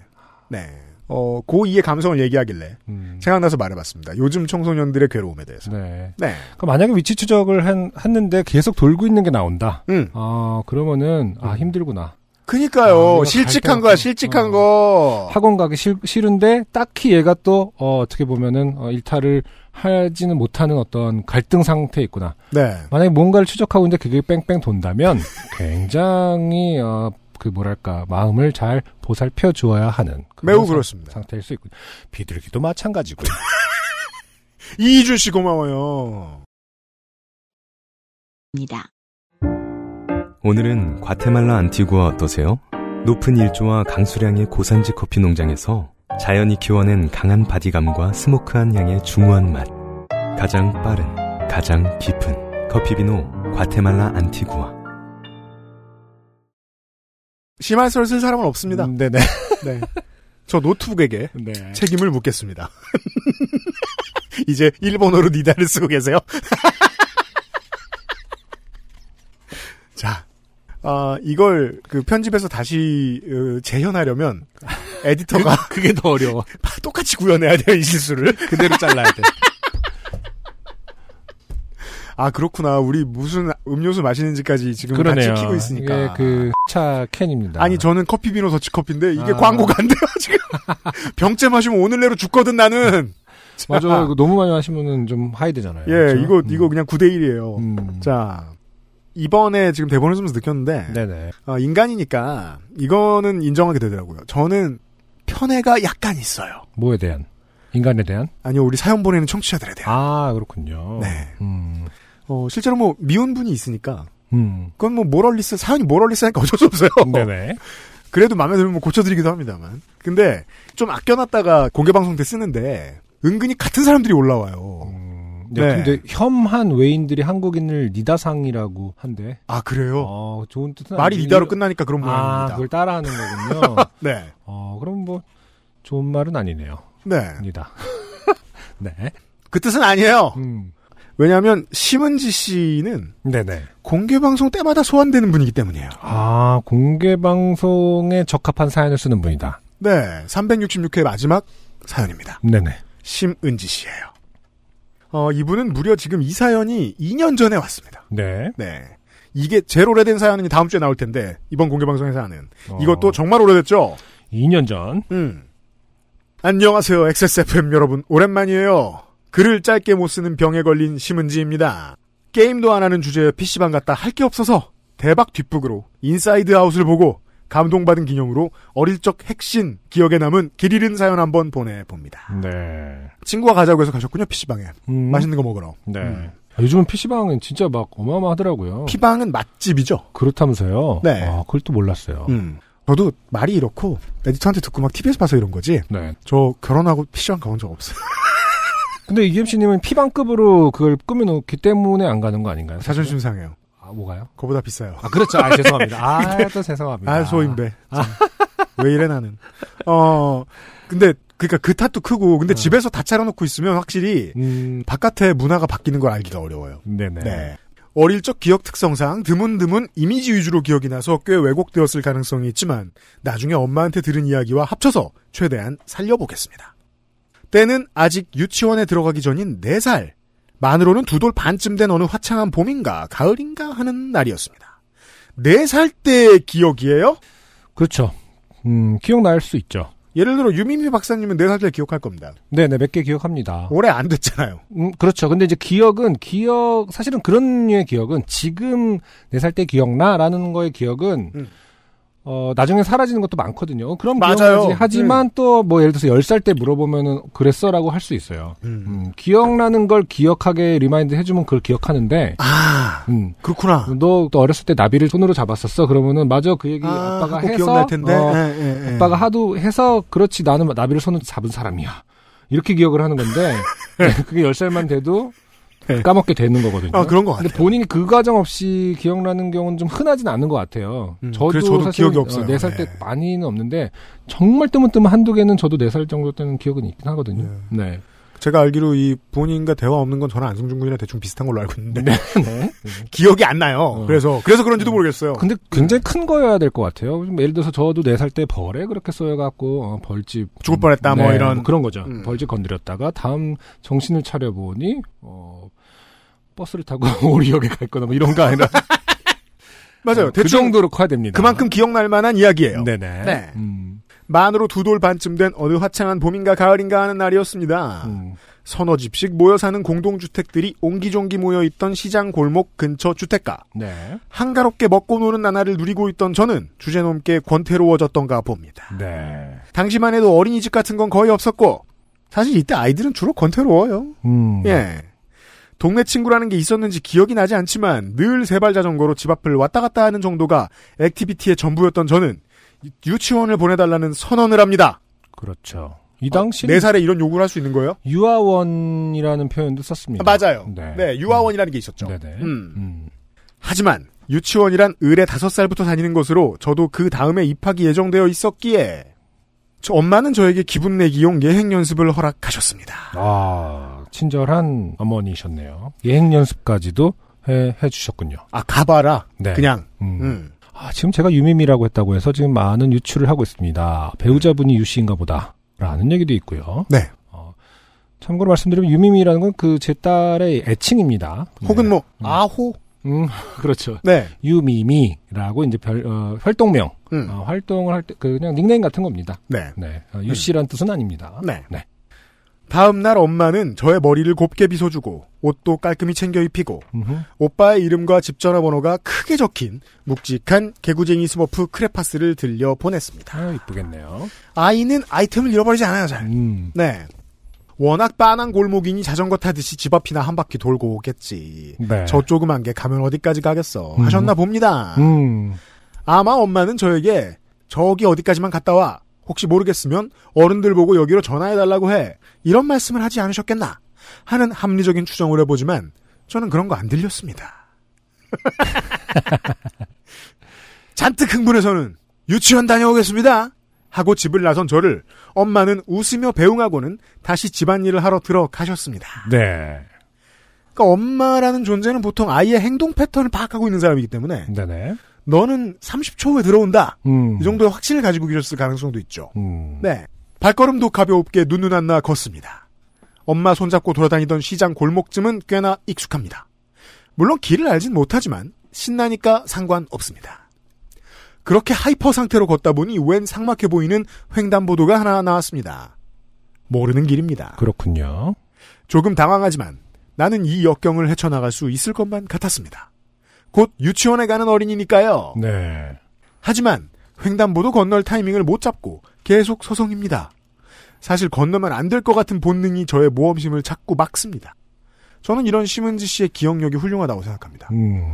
네. 어, 고2의 감성을 얘기하길래 음. 생각나서 말해봤습니다. 요즘 청소년들의 괴로움에 대해서. 네. 네. 그 만약에 위치 추적을 한, 했는데 계속 돌고 있는 게 나온다. 음. 아, 그러면은, 아, 힘들구나. 아, 그니까요. 내가 실직한 갈 거야, 때가 실직한 어. 거. 학원 가기 싫, 싫은데 딱히 얘가 또 어, 떻게 보면은 어, 일탈을 하지는 못하는 어떤 갈등 상태에 있구나. 네. 만약에 뭔가를 추적하고 있는데 그게 뺑뺑 돈다면 굉장히 어, 그 뭐랄까 마음을 잘 보살펴 주어야 하는 그런 매우 상- 그렇습니다. 상태일 수 있고 비둘기도 마찬가지고 이준 씨 고마워요. 입니다. 오늘은 과테말라 안티구아 어떠세요? 높은 일조와 강수량의 고산지 커피 농장에서 자연이 키워낸 강한 바디감과 스모크한 향의 중후한 맛. 가장 빠른, 가장 깊은 커피비노 과테말라 안티구아. 심한 소리 쓸 사람은 없습니다. 음, 네네 네. 저 노트북에게 네. 책임을 묻겠습니다. 이제 일본어로 니다를 쓰고 계세요. 자, 아, 이걸 그 편집해서 다시 어, 재현하려면 에디터가 그게 더 어려워 똑같이 구현해야 돼요, 이 실수를. 그대로 잘라야 돼. 아, 그렇구나. 우리 무슨 음료수 마시는지까지 지금 그러네요. 다 찍히고 있으니까. 이게 그차 캔입니다. 아니, 저는 커피비노 더치커피인데 이게 아. 광고가 안 돼요, 지금. 병째 마시면 오늘 내로 죽거든, 나는. 맞아요. 이거 너무 많이 하시면은 좀 하이 되잖아요. 예, 그렇죠? 이거, 이거 음. 그냥 9대1이에요. 음. 자, 이번에 지금 대본을 쓰면서 느꼈는데, 네네. 어, 인간이니까, 이거는 인정하게 되더라고요. 저는 편애가 약간 있어요. 뭐에 대한 인간에 대한 아니요, 우리 사연 보내는 청취자들에 대한. 아 그렇군요. 네. 음. 어, 실제로 뭐, 미운 분이 있으니까, 음. 그건 뭐, 모럴리스, 사연이 모럴리스 하니까 어쩔 수 없어요. 네네. 그래도 마음에 들면 뭐 고쳐드리기도 합니다만. 근데, 좀 아껴놨다가 공개방송 때 쓰는데, 은근히 같은 사람들이 올라와요. 음, 네, 네. 근데 혐한 외인들이 한국인을 니다상이라고 한대. 아 그래요? 어, 좋은 뜻은 말이 아니고 니다로 일- 끝나니까 그런 아, 모양입니다. 그걸 따라하는 거군요. 네, 어, 그럼 뭐 좋은 말은 아니네요. 네. 니다. 네. 그 뜻은 아니에요. 음. 왜냐하면 심은지 씨는 네네. 공개 방송 때마다 소환되는 분이기 때문이에요. 아, 공개 방송에 적합한 사연을 쓰는 분이다. 네, 366회 마지막 사연입니다. 네네. 심은지 씨예요. 어, 이분은 무려 지금 이 사연이 2년 전에 왔습니다. 네. 네. 이게 제일 오래된 사연은 다음 주에 나올 텐데 이번 공개 방송의 사연은 어, 이것도 정말 오래됐죠. 2년 전. 음. 안녕하세요, XSFM 여러분. 오랜만이에요. 글을 짧게 못 쓰는 병에 걸린 심은지입니다. 게임도 안 하는 주제에 PC방 갔다 할 게 없어서 대박 뒷북으로 인사이드 아웃을 보고 감동받은 기념으로 어릴 적 핵심 기억에 남은 길 잃은 사연 한번 보내봅니다. 네. 친구가 가자고 해서 가셨군요, PC방에. 음. 맛있는 거 먹으러. 네. 음. 아, 요즘은 PC방은 진짜 막 어마어마하더라고요. 피방은 맛집이죠. 그렇다면서요? 네. 아, 그걸 또 몰랐어요. 음. 저도 말이 이렇고 에디터한테 듣고 막 TV에서 봐서 이런 거지. 네. 저 결혼하고 PC방 가본 적 없어요. 근데 이김씨님은 피방급으로 그걸 꾸며놓기 때문에 안 가는 거 아닌가요? 자존심 상해요. 아, 뭐가요? 그거보다 비싸요. 아, 그렇죠. 아, 죄송합니다. 아, 또 죄송합니다. 아, 소인배. 왜 이래 나는. 어, 근데 그러니까 그 탓도 크고 근데 집에서 다 차려놓고 있으면 확실히 음, 바깥의 문화가 바뀌는 걸 알기가 어려워요. 네네. 네. 어릴 적 기억 특성상 드문드문 이미지 위주로 기억이 나서 꽤 왜곡되었을 가능성이 있지만 나중에 엄마한테 들은 이야기와 합쳐서 최대한 살려보겠습니다. 때는 아직 유치원에 들어가기 전인 4살. 만으로는 두 돌 반쯤 된 어느 화창한 봄인가 가을인가 하는 날이었습니다. 4살 때의 기억이에요? 그렇죠. 음, 기억날 수 있죠. 예를 들어 유민미 박사님은 4살 때 기억할 겁니다. 네네, 몇 개 기억합니다. 오래 안 됐잖아요. 음, 그렇죠. 근데 이제 기억은, 기억, 사실은 그런 류의 기억은 지금 네 살 때 기억나? 라는 거의 기억은, 음. 어, 나중에 사라지는 것도 많거든요. 그럼 맞아요. 기억나지. 하지만 또 뭐 예를 들어서 열 살 때 물어보면은 그랬어? 라고 할 수 있어요. 음, 기억나는 걸 기억하게 리마인드 해주면 그걸 기억하는데, 아 음, 그렇구나. 너, 또 어렸을 때 나비를 손으로 잡았었어. 그러면은, 맞아. 그 얘기 아, 아, 빠가 하고 해서. 기억날 텐데. 어, 예, 예, 예. 아빠가 하도 해서 그렇지 나는 나비를 손으로 잡은 사람이야. 이렇게 기억을 하는 건데 네, 그게 10살만 돼도 네. 까먹게 되는 거거든요. 아 그런 것 근데 같아요. 본인이 그 과정 없이 기억나는 경우는 좀 흔하진 않은 것 같아요. 음, 그래서 저도 기억이 없어요. 4살 네. 때 많이는 없는데 정말 뜨문뜨문 한두 개는 저도 4살 정도 때는 기억은 있긴 하거든요. 네. 제가 알기로 이 본인과 대화 없는 건 저는 안승준 군이랑 대충 비슷한 걸로 알고 있는데 네. 어. 기억이 안 나요. 그래서 그래서 그런지도 모르겠어요. 근데 굉장히 큰 거여야 될 것 같아요. 좀 예를 들어서 저도 4살 때 벌에 그렇게 써여갖고 어, 벌집 죽을 뻔했다 뭐 네, 이런. 그런 거죠. 음. 벌집 건드렸다가 다음 정신을 차려 보니 어 버스를 타고 오리역에 갈 거나 뭐 이런 거 아니라 맞아요. 그 대충 정도로 커야 됩니다. 그만큼 기억날 만한 이야기예요. 네네. 네. 음, 만으로 두 돌 반쯤 된 어느 화창한 봄인가 가을인가 하는 날이었습니다. 음. 서너 집씩 모여 사는 공동주택들이 옹기종기 모여 있던 시장 골목 근처 주택가. 네. 한가롭게 먹고 노는 나날을 누리고 있던 저는 주제넘게 권태로워졌던가 봅니다. 네. 당시만 해도 어린이집 같은 건 거의 없었고, 사실 이때 아이들은 주로 권태로워요. 음. 예. 동네 친구라는 게 있었는지 기억이 나지 않지만 늘 세발 자전거로 집 앞을 왔다 갔다 하는 정도가 액티비티의 전부였던 저는 유- 유치원을 보내달라는 선언을 합니다. 그렇죠. 이 당시 네 살에 이런 요구를 할 수 있는 거예요? 유아원이라는 표현도 아, 썼습니다. 맞아요. 네. 네. 유아원이라는 게 있었죠. 네네. 음. 음. 하지만 유치원이란 을에 다섯 살부터 다니는 것으로 저도 그 다음에 입학이 예정되어 있었기에 저 엄마는 저에게 기분 내기용 예행 연습을 허락하셨습니다. 아 친절한 어머니셨네요. 예행 연습까지도 해 해주셨군요. 아 가봐라 네. 그냥 음. 음. 아, 지금 제가 유미미라고 했다고 해서 지금 많은 유추를 하고 있습니다. 배우자분이 유씨인가 보다. 라는 얘기도 있고요. 네. 어, 참고로 말씀드리면 유미미라는 건 그 제 딸의 애칭입니다. 혹은 네. 뭐 아호 음, 그렇죠. 네 유미미라고 이제 별, 어, 활동명, 음. 어, 활동을 할 때 그냥 닉네임 같은 겁니다. 네. 네. 어, 유씨란 뜻은 아닙니다. 네. 네. 다음 날 엄마는 저의 머리를 곱게 빗어주고 옷도 깔끔히 챙겨 입히고 음흠. 오빠의 이름과 집 전화번호가 크게 적힌 묵직한 개구쟁이 스머프 크레파스를 들려 보냈습니다. 아, 이쁘겠네요. 아이는 아이템을 잃어버리지 않아요 잘. 음, 네. 워낙 빤한 골목이니 자전거 타듯이 집 앞이나 한 바퀴 돌고 오겠지. 네. 저 조그만 게 가면 어디까지 가겠어. 음. 하셨나 봅니다. 음, 아마 엄마는 저에게 저기 어디까지만 갔다 와. 혹시 모르겠으면 어른들 보고 여기로 전화해달라고 해. 이런 말씀을 하지 않으셨겠나. 하는 합리적인 추정을 해보지만 저는 그런 거 안 들렸습니다. 잔뜩 흥분해서는 유치원 다녀오겠습니다. 하고 집을 나선 저를 엄마는 웃으며 배웅하고는 다시 집안일을 하러 들어가셨습니다. 네. 그러니까 엄마라는 존재는 보통 아이의 행동 패턴을 파악하고 있는 사람이기 때문에 네네. 너는 30초 후에 들어온다. 음. 이 정도의 확신을 가지고 계셨을 가능성도 있죠. 음. 네. 발걸음도 가볍게 눈누난나 걷습니다. 엄마 손잡고 돌아다니던 시장 골목쯤은 꽤나 익숙합니다. 물론 길을 알진 못하지만 신나니까 상관없습니다. 그렇게 하이퍼 상태로 걷다 보니 웬 상막해 보이는 횡단보도가 하나 나왔습니다. 모르는 길입니다. 그렇군요. 조금 당황하지만 나는 이 역경을 헤쳐나갈 수 있을 것만 같았습니다. 곧 유치원에 가는 어린이니까요. 네. 하지만 횡단보도 건널 타이밍을 못 잡고 계속 서성입니다. 사실 건너면 안 될 것 같은 본능이 저의 모험심을 자꾸 막습니다. 저는 이런 심은지 씨의 기억력이 훌륭하다고 생각합니다. 음.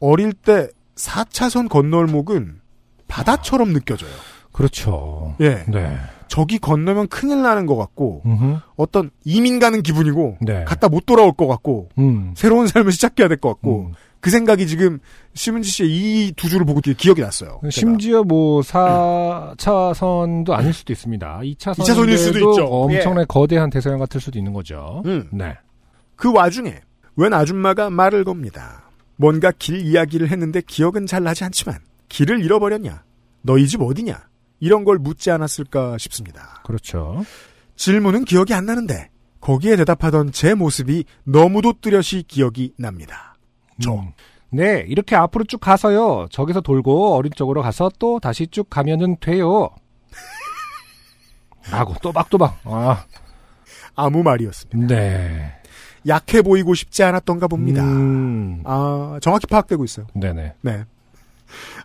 어릴 때 4차선 건널목은 바다처럼 느껴져요. 그렇죠. 예. 네. 저기 건너면 큰일 나는 것 같고, 음흠. 어떤 이민 가는 기분이고, 네. 갔다 못 돌아올 것 같고, 음. 새로운 삶을 시작해야 될 것 같고, 음. 그 생각이 지금 심은지 씨의 이 두 줄을 보고 되게 기억이 났어요. 심지어 뭐 4차선도 아닐 수도 있습니다. 2차선 이차선일 수도 있죠. 예. 엄청나게 거대한 대서양 같을 수도 있는 거죠. 음. 네. 그 와중에 웬 아줌마가 말을 겁니다. 뭔가 길 이야기를 했는데 기억은 잘 나지 않지만 길을 잃어버렸냐? 너희 집 어디냐? 이런 걸 묻지 않았을까 싶습니다. 그렇죠. 질문은 기억이 안 나는데 거기에 대답하던 제 모습이 너무도 뚜렷이 기억이 납니다. 저. 음. 네, 이렇게 앞으로 쭉 가서요. 저기서 돌고 어린 쪽으로 가서 또 다시 쭉 가면은 돼요. 라고 또박또박. 아, 아무 말이었습니다. 네. 약해 보이고 싶지 않았던가 봅니다. 음, 아, 정확히 파악되고 있어요. 네네. 네.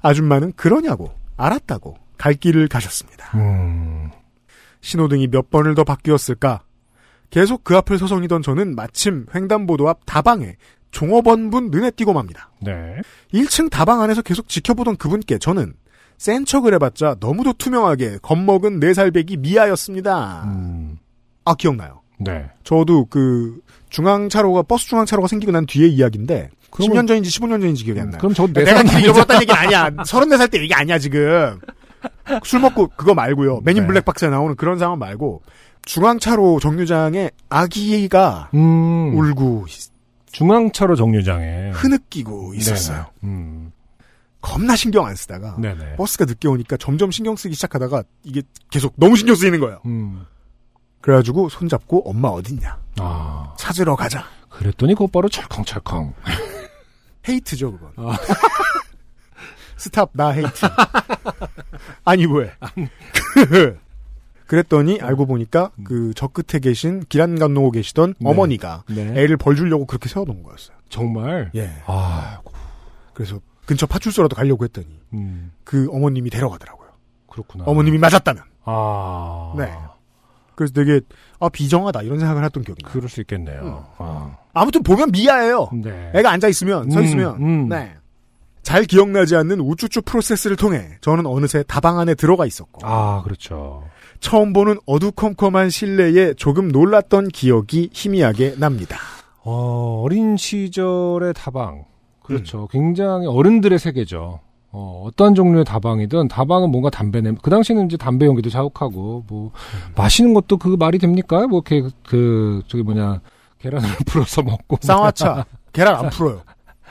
아줌마는 그러냐고, 알았다고, 갈 길을 가셨습니다. 음, 신호등이 몇 번을 더 바뀌었을까? 계속 그 앞을 서성이던 저는 마침 횡단보도 앞 다방에 종업원분 눈에 띄고 맙니다. 네. 1층 다방 안에서 계속 지켜보던 그분께 저는 센 척을 해봤자 너무도 투명하게 겁먹은 네살배기 미아였습니다. 음, 아, 기억나요. 네. 저도 그 중앙차로가, 버스 중앙차로가 생기고 난 뒤의 이야기인데, 그러면- 10년 전인지 15년 전인지 기억이 안 나요. 그럼 저도 내 내가 사람 길 잃어버렸다는 얘기는 아니야. 34살 때 얘기 아니야, 지금. 술 먹고 그거 말고요. 맨인 네. 블랙박스에 나오는 그런 상황 말고 중앙차로 정류장에 아기가 음, 울고 중앙차로 정류장에. 흐느끼고 있었어요. 아. 네네. 음, 겁나 신경 안 쓰다가 네네. 버스가 늦게 오니까 점점 신경 쓰기 시작하다가 이게 계속 너무 신경 쓰이는 거예요. 음, 그래가지고 손잡고 엄마 어딨냐 아, 찾으러 가자. 그랬더니 곧바로 철컹철컹. 헤이트죠 그건. 아. 스탑 나 헤이트. 아니 왜? 그랬더니 알고 보니까 그 저 끝에 계신 길안 건너고 계시던 네. 어머니가 네. 애를 벌 주려고 그렇게 세워놓은 거였어요. 정말. 예. 아, 그래서 근처 파출소라도 가려고 했더니 음, 그 어머님이 데려가더라고요. 그렇구나. 어머님이 맞았다면. 아. 네. 그래서 되게 아 비정하다 이런 생각을 했던 기억이 나요. 그럴 수 있겠네요. 음. 아. 아무튼 보면 미아예요. 네. 애가 앉아 있으면 서 음, 있으면 음. 네. 잘 기억나지 않는 우쭈쭈 프로세스를 통해 저는 어느새 다방 안에 들어가 있었고 아, 그렇죠. 처음 보는 어두컴컴한 실내에 조금 놀랐던 기억이 희미하게 납니다. 어, 어린 시절의 다방. 그렇죠. 음. 굉장히 어른들의 세계죠. 어, 어떤 종류의 다방이든 다방은 뭔가 담배 냄, 그 당시에는 이제 담배 연기도 자욱하고, 뭐, 음. 마시는 것도 그 말이 됩니까? 뭐, 이렇게, 그, 저기 뭐냐, 계란을 풀어서 먹고. 뭐, 쌍화차 계란 안 풀어요.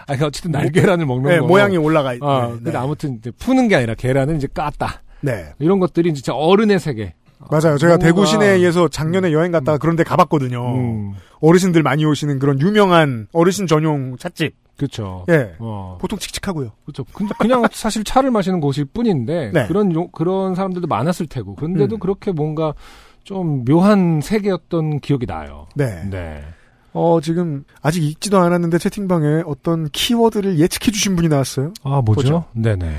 아니, 어쨌든 날계란을 먹는 네, 거. 모양이 올라가 있. 뭐. 아, 네, 근데 네. 아무튼 이제 푸는 게 아니라 계란은 이제 깠다. 네. 이런 것들이 진짜 어른의 세계. 맞아요. 제가 뭔가- 대구 시내에서 작년에 여행 갔다가 그런데 가봤거든요. 음, 어르신들 많이 오시는 그런 유명한 어르신 전용 찻집. 그렇죠. 예. 어. 보통 칙칙하고요. 그렇죠. 근데 그냥 사실 차를 마시는 곳일 뿐인데 네. 그런 용- 그런 사람들도 많았을 테고. 그런데도 음. 그렇게 뭔가 좀 묘한 세계였던 기억이 나요. 네. 네. 어, 지금 아직 읽지도 않았는데 채팅방에 어떤 키워드를 예측해 주신 분이 나왔어요. 아 보죠. 뭐죠? 네네.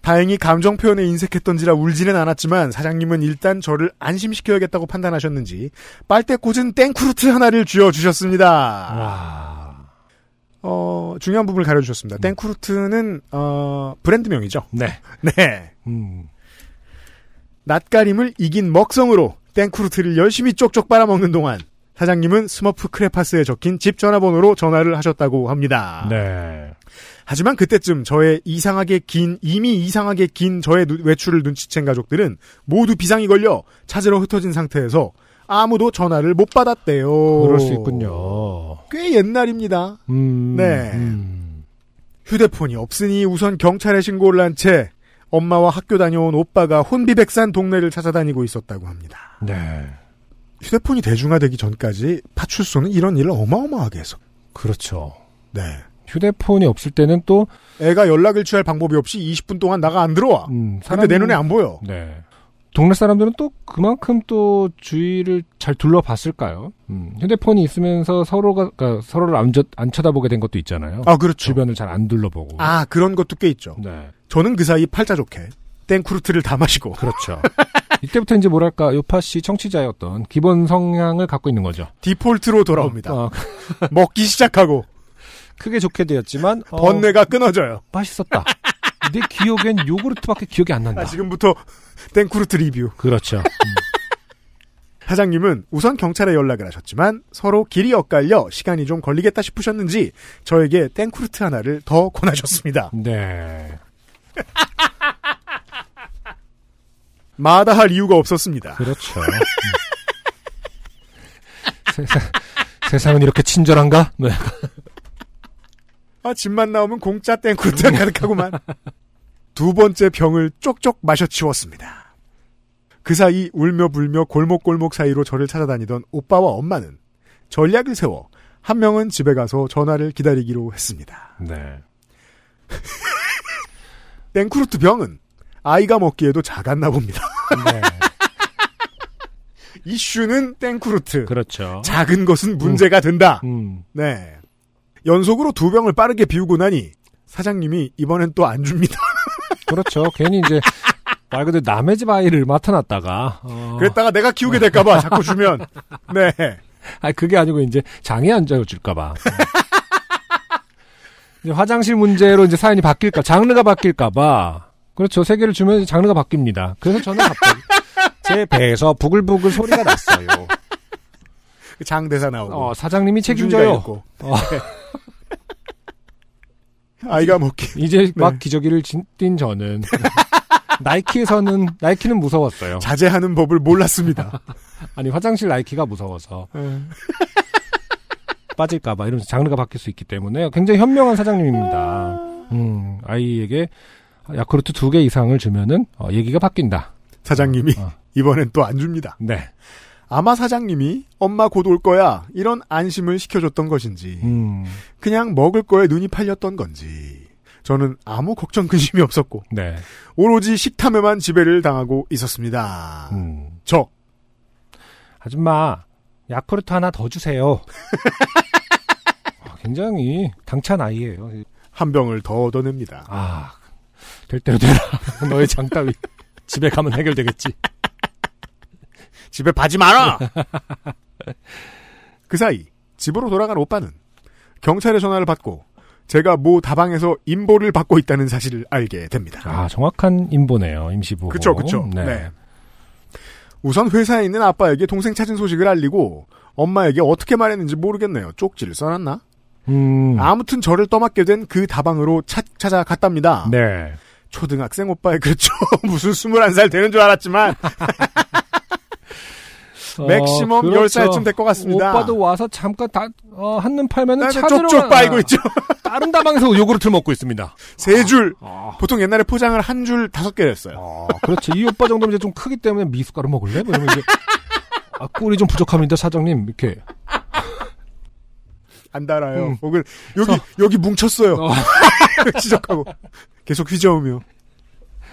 다행히 감정 표현에 인색했던지라 울지는 않았지만 사장님은 일단 저를 안심시켜야겠다고 판단하셨는지 빨대 꽂은 땡크루트 하나를 쥐어 주셨습니다. 아. 어, 중요한 부분을 가려 주셨습니다. 땡크루트는 어, 브랜드명이죠. 네. 네. 음. 낯가림을 이긴 먹성으로 땡크루트를 열심히 쪽쪽 빨아먹는 동안 사장님은 스머프 크레파스에 적힌 집 전화번호로 전화를 하셨다고 합니다. 네. 하지만 그때쯤 저의 이상하게 긴 이미 이상하게 긴 저의 누- 외출을 눈치챈 가족들은 모두 비상이 걸려 찾으러 흩어진 상태에서 아무도 전화를 못 받았대요. 그럴 수 있군요. 꽤 옛날입니다. 음. 네. 음. 휴대폰이 없으니 우선 경찰에 신고를 한 채 엄마와 학교 다녀온 오빠가 혼비백산 동네를 찾아다니고 있었다고 합니다. 네. 휴대폰이 대중화되기 전까지 파출소는 이런 일을 어마어마하게 해서 그렇죠. 네. 휴대폰이 없을 때는 또 애가 연락을 취할 방법이 없이 20분 동안 나가 안 들어와. 음, 근데 내 눈에 안 보여. 네. 동네 사람들은 또 그만큼 또 주위를 잘 둘러봤을까요? 음, 휴대폰이 있으면서 서로가 그러니까 서로를 안, 저- 안 쳐다보게 된 것도 있잖아요. 아, 그렇죠. 주변을 잘 안 둘러보고. 아, 그런 것도 꽤 있죠. 네. 저는 그 사이 팔자 좋게 땡크루트를 다 마시고 그렇죠. 이때부터 이제 뭐랄까 요파 씨 청취자의 어떤 기본 성향을 갖고 있는 거죠. 디폴트로 돌아옵니다. 어, 먹기 시작하고 크게 좋게 되었지만 어, 번뇌가 끊어져요. 맛있었다. 내 기억엔 요구르트밖에 기억이 안 난다. 아, 지금부터 땡크루트 리뷰. 그렇죠. 음, 사장님은 우선 경찰에 연락을 하셨지만 서로 길이 엇갈려 시간이 좀 걸리겠다 싶으셨는지 저에게 땡크루트 하나를 더 권하셨습니다. 네. 마다할 이유가 없었습니다. 그렇죠. 음. 세상, 세상은 이렇게 친절한가? 네. 아, 집만 나오면 공짜 음. 땡크루트가 가득하구만. 두 번째 병을 쪽쪽 마셔치웠습니다. 그 사이 울며 불며 골목골목 사이로 저를 찾아다니던 오빠와 엄마는 전략을 세워 한 명은 집에 가서 전화를 기다리기로 했습니다. 네. 땡크루트 병은 아이가 먹기에도 작았나 봅니다. 네. 이슈는 땡크루트. 그렇죠. 작은 것은 문제가 된다. 음. 네. 연속으로 두 병을 빠르게 비우고 나니 사장님이 이번엔 또 안 줍니다. 그렇죠. 괜히 이제 말 그대로 남의 집 아이를 맡아놨다가 어, 그랬다가 내가 키우게 될까봐 자꾸 주면. 네. 아니 그게 아니고 이제 장애 환자로 줄까봐. 이제 화장실 문제로 이제 사연이 바뀔까 장르가 바뀔까봐 그렇죠 세 개를 주면 이제 장르가 바뀝니다. 그래서 저는 갑자기 제 배에서 부글부글 소리가 났어요. 그 장대사 나오고. 어, 사장님이 준이가 책임져요. 읽고. 어. 아이가 먹기. 이제 막 네. 기저귀를 진- 띈 저는 나이키에서는 나이키는 무서웠어요. 자제하는 법을 몰랐습니다. 아니 화장실 나이키가 무서워서 예. 빠질까봐 이러면서 장르가 바뀔 수 있기 때문에 굉장히 현명한 사장님입니다. 아. 음, 아이에게 야쿠르트 두 개 이상을 주면은 어, 얘기가 바뀐다. 사장님이 어. 이번엔 또 안 줍니다. 네. 아마 사장님이 엄마 곧 올 거야 이런 안심을 시켜줬던 것인지 음, 그냥 먹을 거에 눈이 팔렸던 건지 저는 아무 걱정 근심이 없었고 네. 오로지 식탐에만 지배를 당하고 있었습니다. 음. 저 아줌마, 야쿠르트 하나 더 주세요. 아, 굉장히 당찬 아이예요. 한 병을 더 얻어냅니다. 아, 될 대로 되라. 너의 장 따위. 집에 가면 해결되겠지. 집에 바지 마라. 그 사이 집으로 돌아간 오빠는 경찰에 전화를 받고 제가 모 다방에서 임보를 받고 있다는 사실을 알게 됩니다. 아, 정확한 인보네요. 임시보호. 그쵸, 그쵸. 네. 네. 우선 회사에 있는 아빠에게 동생 찾은 소식을 알리고 엄마에게 어떻게 말했는지 모르겠네요. 쪽지를 써놨나? 음. 아무튼 저를 떠맡게 된 그 다방으로 찾, 찾아갔답니다. 네. 초등학생 오빠의 그렇죠. 무슨 21살 되는 줄 알았지만 맥시멈 10살쯤 될것 같습니다. 어, 그렇죠. 오빠도 와서 잠깐 다, 어, 한눈 팔면은 나는 찾으러 쪽쪽 가- 빨고 있죠. 다른 다방에서 요구르트를 먹고 있습니다. 세 줄. 아, 보통 옛날에 포장을 한 줄 다섯 개였어요 그렇지. 이 오빠 정도면 이제 좀 크기 때문에 미숫가루 먹을래? 뭐 이러면 이제, 아, 꿀이 좀 부족합니다, 사장님. 이렇게. 안 달아요. 음. 혹은 여기 여기 뭉쳤어요. 어. 지적하고 계속 휘저으며.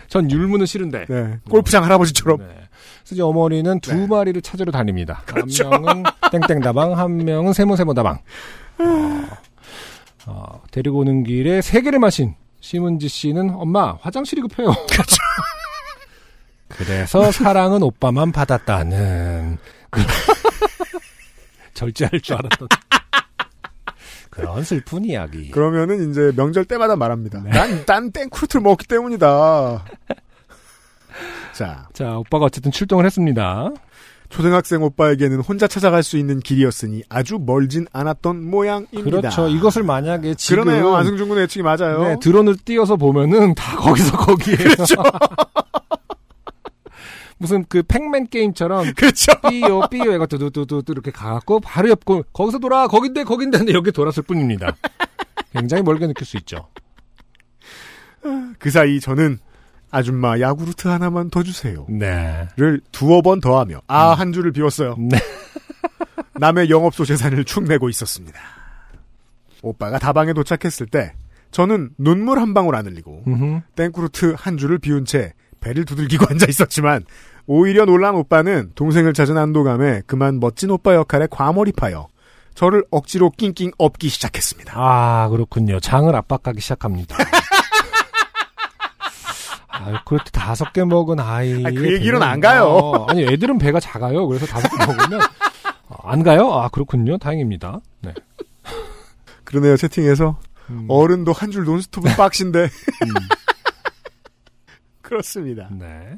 전 율무는 싫은데. 네. 골프장 할아버지처럼 네. 그래서 이제 어머니는 두 네. 그렇죠. 마리를 찾으러 다닙니다. 한 명은 땡땡다방, 한 명은 세모세모다방. 어, 어, 데리고 오는 길에 세 개를 마신 심은지 씨는 엄마 화장실이 급해요. 그렇죠. 그래서 사랑은 오빠만 받았다는 그- 절제할 줄 알았던 그런 슬픈 이야기. 그러면은 이제 명절 때마다 말합니다. 네. 난 난 땡크루트를 먹기 때문이다. 자, 자 오빠가 어쨌든 출동을 했습니다. 초등학생 오빠에게는 혼자 찾아갈 수 있는 길이었으니 아주 멀진 않았던 모양입니다. 그렇죠. 이것을 만약에 지금 그러네요. 안승준 군의 예측이 맞아요. 그렇죠. 네, 드론을 띄어서 보면은 다 거기서 거기에요. 무슨 그 팩맨 게임처럼 그렇죠. 삐요 삐요 해가 두두두두 이렇게 가고 바로 옆고 거기서 돌아 거긴데 거긴데 근데 여기 돌았을 뿐입니다. 굉장히 멀게 느낄 수 있죠. 그 사이 저는 아줌마 야구르트 하나만 더 주세요. 네. 를 두어 번 더하며 아 한 줄을 비웠어요. 네. 남의 영업소 재산을 축내고 있었습니다. 오빠가 다방에 도착했을 때 저는 눈물 한 방울 안 흘리고 음흠. 땡크루트 한 줄을 비운 채 배를 두들기고 앉아 있었지만 오히려 놀란 오빠는 동생을 찾은 안도감에 그만 멋진 오빠 역할에 과몰입하여 저를 억지로 낑낑 업기 시작했습니다. 아 그렇군요. 장을 압박하기 시작합니다. 아, 그렇게 다섯 개 먹은 아이. 어, 아, 그 얘기로는 안 가요. 아니, 애들은 배가 작아요. 그래서 다섯 개 먹으면. 아, 안 가요? 아, 그렇군요. 다행입니다. 네. 그러네요 채팅에서 음, 어른도 한 줄 논스톱은 빡신데 그렇습니다. 네.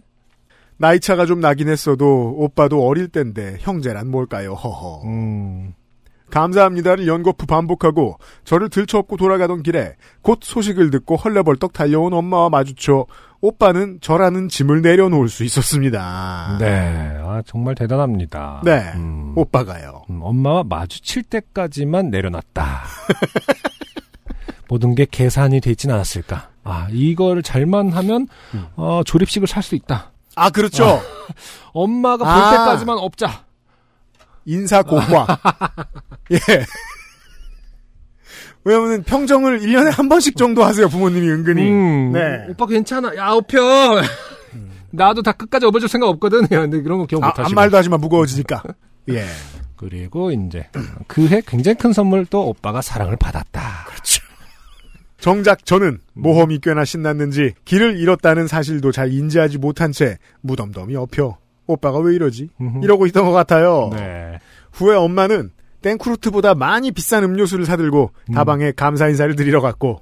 나이차가 좀 나긴 했어도 오빠도 어릴 땐데 형제란 뭘까요? 허허. 음, 감사합니다를 연거푸 반복하고 저를 들쳐업고 돌아가던 길에 곧 소식을 듣고 헐레벌떡 달려온 엄마와 마주쳐 오빠는 저라는 짐을 내려놓을 수 있었습니다. 네. 아, 정말 대단합니다. 네. 음, 오빠가요. 음, 엄마와 마주칠 때까지만 내려놨다. 모든 게 계산이 되진 않았을까. 아, 이거를 잘만 하면, 음. 어, 조립식을 살 수 있다. 아 그렇죠. 엄마가 볼 아. 때까지만 업자. 인사 공과. 예. 왜냐면 평정을 1년에 한 번씩 정도 하세요 부모님이 은근히. 음, 네. 음. 오빠 괜찮아. 야, 업혀. 나도 다 끝까지 업어줄 생각 없거든. 근데 그런 거 기억 아, 어, 못 아무 하시고. 말도 하지만 무거워지니까. 예. 그리고 이제 그 해 굉장히 큰 선물 또 오빠가 사랑을 받았다. 그렇죠. 정작 저는 모험이 꽤나 신났는지 길을 잃었다는 사실도 잘 인지하지 못한 채 무덤덤이 엎여 오빠가 왜 이러지? 음흠. 이러고 있던 것 같아요. 네. 후에 엄마는 땡크루트보다 많이 비싼 음료수를 사들고 다방에 감사 인사를 드리러 갔고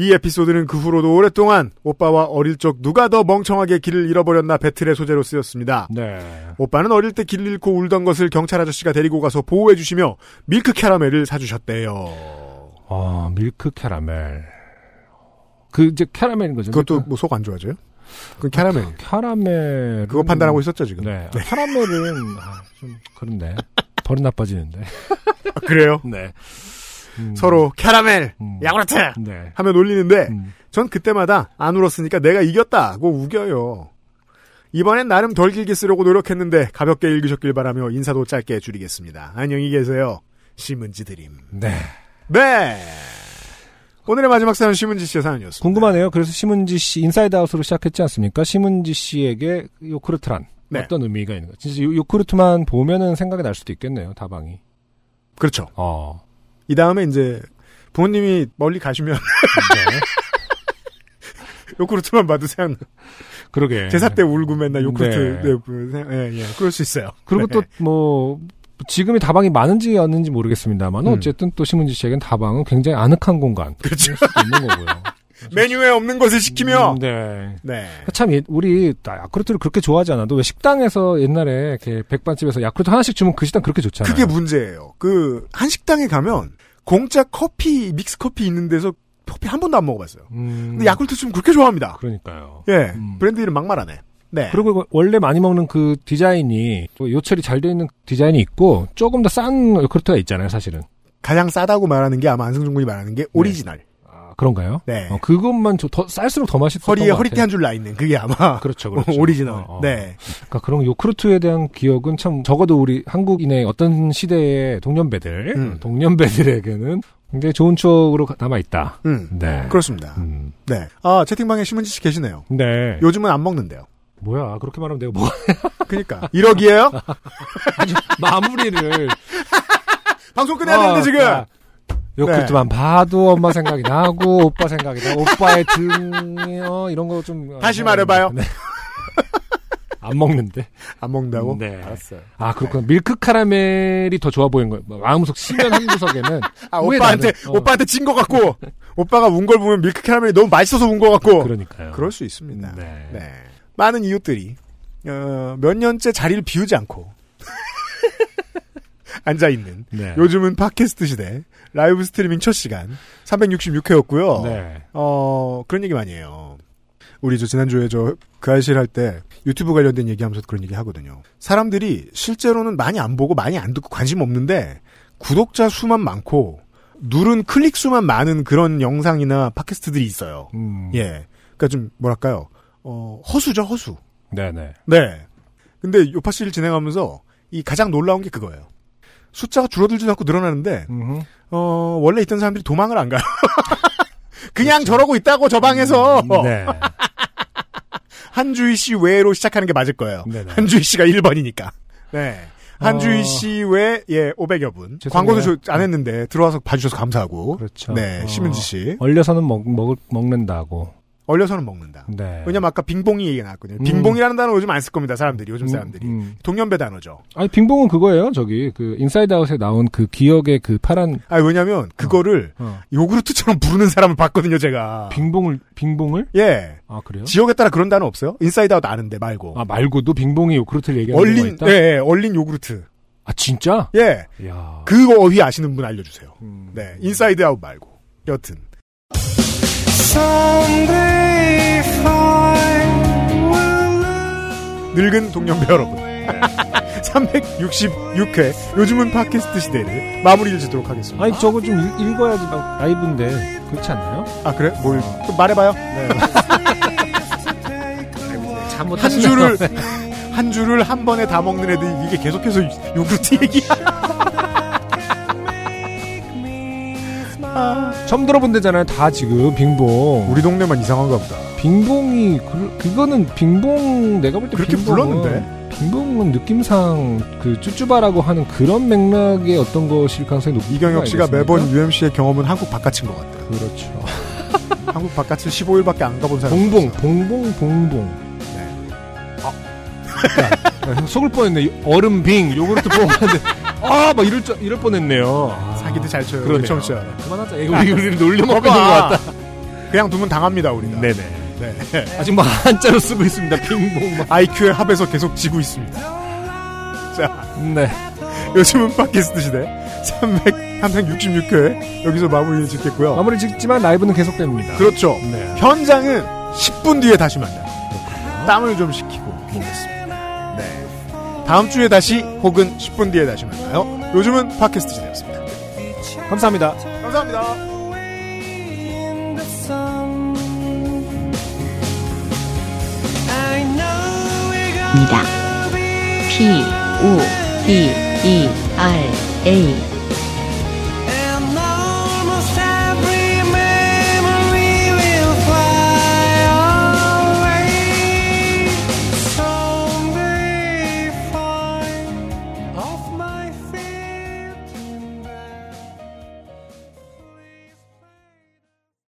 이 에피소드는 그 후로도 오랫동안 오빠와 어릴 적 누가 더 멍청하게 길을 잃어버렸나 배틀의 소재로 쓰였습니다. 네. 오빠는 어릴 때 길을 잃고 울던 것을 경찰 아저씨가 데리고 가서 보호해 주시며 밀크 캐러멜을 사주셨대요. 아, 밀크 캐러멜. 그 이제 캐러멜인 거죠. 그러니까 그것도 뭐 속 안 좋아져요? 그건 캐러멜. 캐러멜. 그거 판단하고 있었죠 지금. 네. 아, 캐러멜은 아, 좀 그런데 버릇 나빠지는데. 아, 그래요. 네. 음, 서로 캐러멜, 음. 야구르트 네. 하면 놀리는데 음. 전 그때마다 안 울었으니까 내가 이겼다고 우겨요. 이번엔 나름 덜 길게 쓰려고 노력했는데 가볍게 읽으셨길 바라며 인사도 짧게 줄이겠습니다. 안녕히 계세요. 심은지 드림. 네. 네. 오늘의 마지막 사연 심은지 씨의 사연이었습니다. 궁금하네요. 그래서 심은지 씨 인사이드 아웃으로 시작했지 않습니까? 심은지 씨에게 요크루트란 네. 어떤 의미가 있는 가 진짜 요, 요크루트만 보면은 생각이 날 수도 있겠네요. 다방이. 그렇죠. 어. 이 다음에 이제 부모님이 멀리 가시면 네. 요구르트만 봐도 생각 그러게. 제사 때 울고 맨날 요구르트 예. 네. 네. 그 생각- 예, 예. 그럴 수 있어요. 그리고 네. 또 뭐 지금이 다방이 많은지 없는지 모르겠습니다만 음. 어쨌든 또 심은지 씨에겐 다방은 굉장히 아늑한 공간 그렇죠. 있는 거고요. 메뉴에 없는 것을 시키며 음, 네. 네. 참 옛- 우리 야쿠르트를 그렇게 좋아하지 않아도 왜 식당에서 옛날에 이렇게 백반집에서 야쿠르트 하나씩 주면 그 식당 그렇게 좋잖아요. 그게 문제예요. 그 한식당에 가면 공짜 커피 믹스 커피 있는 데서 커피 한 번도 안 먹어봤어요. 음, 근데 야쿠르트 좀 그렇게 좋아합니다. 그러니까요. 예, 음. 브랜드 이름 막 말하네. 네, 그리고 이거 원래 많이 먹는 그 디자인이 또 요철이 잘 돼 있는 디자인이 있고 조금 더 싼 요크루트가 있잖아요, 사실은. 가장 싸다고 말하는 게 아마 안승준 군이 말하는 게 오리지널. 아, 그런가요? 네, 네. 어, 그것만 저, 더 쌀수록 더 맛있었던 허리에 것 같아요. 허리띠 한 줄 나 있는 그게 아마 그렇죠, 그렇죠. 오리지널. 어, 어. 네, 그러니까 그런 요크루트에 대한 기억은 참 적어도 우리 한국인의 어떤 시대의 동년배들, 음. 동년배들에게는 굉장히 좋은 추억으로 남아 있다. 음, 네. 그렇습니다. 음. 네, 아 채팅방에 심은지 씨 계시네요. 네. 요즘은 안 먹는데요. 뭐야, 그렇게 말하면 내가 뭐 그니까. 1억이에요? 아주 마무리를 방송 끝내야 되는데, 어, 지금! 네. 야, 요크루트만 봐도 엄마 생각이 나고 오빠 생각이 나고 오빠의 등 어, 이런 거 좀 다시 말해봐요. 안 먹는데. 안 먹는다고? 네. 알았어요. 아 그렇구나. 밀크 카라멜이 더 좋아 보이는 거예요. 마음속 심연 한구석에는 아, 왜 오빠한테, 나는- 어. 오빠한테 진 것 같고, 오빠가 운 걸 보면 밀크 캐러멜이 너무 맛있어서 운 것 같고. 그러니까요. 뭐 그럴 수 있습니다. 그렇죠. 네. 네. 많은 이웃들이, 어, 몇 년째 자리를 비우지 않고, 앉아있는. 네. 요즘은 팟캐스트 시대. 라이브 스트리밍 첫 시간. 366회였고요. 네. 어, 그런 얘기 많이 해요. 우리 저 지난주에 저 그 아실 할 때 유튜브 관련된 얘기 하면서 그런 얘기 하거든요. 사람들이 실제로는 많이 안 보고 많이 안 듣고 관심 없는데 구독자 수만 많고 누른 클릭 수만 많은 그런 영상이나 팟캐스트들이 있어요. 음. 예. 그러니까 좀 뭐랄까요? 어, 허수죠, 허수. 네네. 네. 근데 요파 씨를 진행하면서 이 가장 놀라운 게 그거예요. 숫자가 줄어들지도 않고 늘어나는데 음흠. 어, 원래 있던 사람들이 도망을 안 가요. 그냥 저러고 있다고 저 방에서 그렇죠. 네. 한주희 씨 외로 시작하는 게 맞을 거예요. 네네. 한주희 씨가 1번이니까. 네. 한주희 어. 씨 외에 예, 500여 분. 죄송해요. 네. 광고도 저- 안 했는데 들어와서 봐주셔서 감사하고. 그렇죠. 네, 어. 심은지 씨. 얼려서는 먹, 먹을, 먹는다고. 얼려서는 먹는다. 네. 왜냐면 아까 빙봉이 얘기 나왔거든요. 음. 빙봉이라는 단어 요즘 안 쓸 겁니다. 사람들이 요즘 음, 사람들이 음. 동년배 단어죠. 아니, 빙봉은 그거예요. 저기, 그, 인사이드 아웃에 나온 그 기억의 그 파란, 아 왜냐면 그거를 어. 요구르트처럼 부르는 사람을 봤거든요. 제가 빙봉을, 빙봉을? 예 아, 그래요? 지역에 따라 그런 단어 없어요? 인사이드아웃 아는데 말고 아, 말고도 빙봉이 요크루트를 얘기하는 얼린 경우가 있다? 예, 예 얼린 요구르트 아, 진짜? 예 야 그 어휘 아시는 분 알려주세요. 음. 네, 인사이드 아웃 말고. 여튼. 늙은 동년배 여러분. 366회 요즘은 팟캐스트 시대를 마무리를 짓도록 하겠습니다. 아니, 저거 좀 읽- 읽어야지 막 라이브인데. 그렇지 않나요? 아 그래? 뭘? 또 말해봐요. 네. 한 줄을 한 줄을 한 번에 다 먹는 애들이 이게 계속해서 요- 요구르트 얘기야. 처음 들어본 데잖아요, 다 지금, 빙봉. 아, 우리 동네만 이상한가 보다. 빙봉이 그, 그거는 빙봉 내가 볼 때 그렇게 빙봉은, 불렀는데? 빙봉은 느낌상 그 쭈쭈바라고 하는 그런 맥락의 어떤 것일 가능성이 높은 이경혁 거 씨가 아니겠습니까? 매번 UMC의 경험은 한국 바깥인 것 같다. 그렇죠. 한국 바깥을 15일밖에 안 가본 사람. 봉봉, 봉봉, 봉봉. 네. 아. 야, 속을 뻔했네. 얼음 빙, 요구르트 봉. 하는데 아, 막 이럴 줄 이럴 뻔했네요. 아, 사기도 잘 쳐요. 그러네요. 청취자 여러분. 그만하자. 이거 우리 우리를 놀려 먹는 것 봐봐. 같다. 그냥 두면 당합니다 우리가. 네네. 네. 아직 막 한자로 쓰고 있습니다. 빙봉. 막. IQ의 합에서 계속 지고 있습니다. 자, 네. 요즘은 팟캐스트 시대 300 366회 여기서 마무리를 짓겠고요. 마무리 짓지만 라이브는 계속됩니다. 그렇죠. 네. 현장은 10분 뒤에 다시 만나요. 땀을 좀 식히고 오겠습니다. 네. 다음 주에 다시 혹은 10분 뒤에 다시 만나요. 요즘은 팟캐스트 시대였습니다. 감사합니다. 감사합니다. 입니다. P, O, D, E, R, A.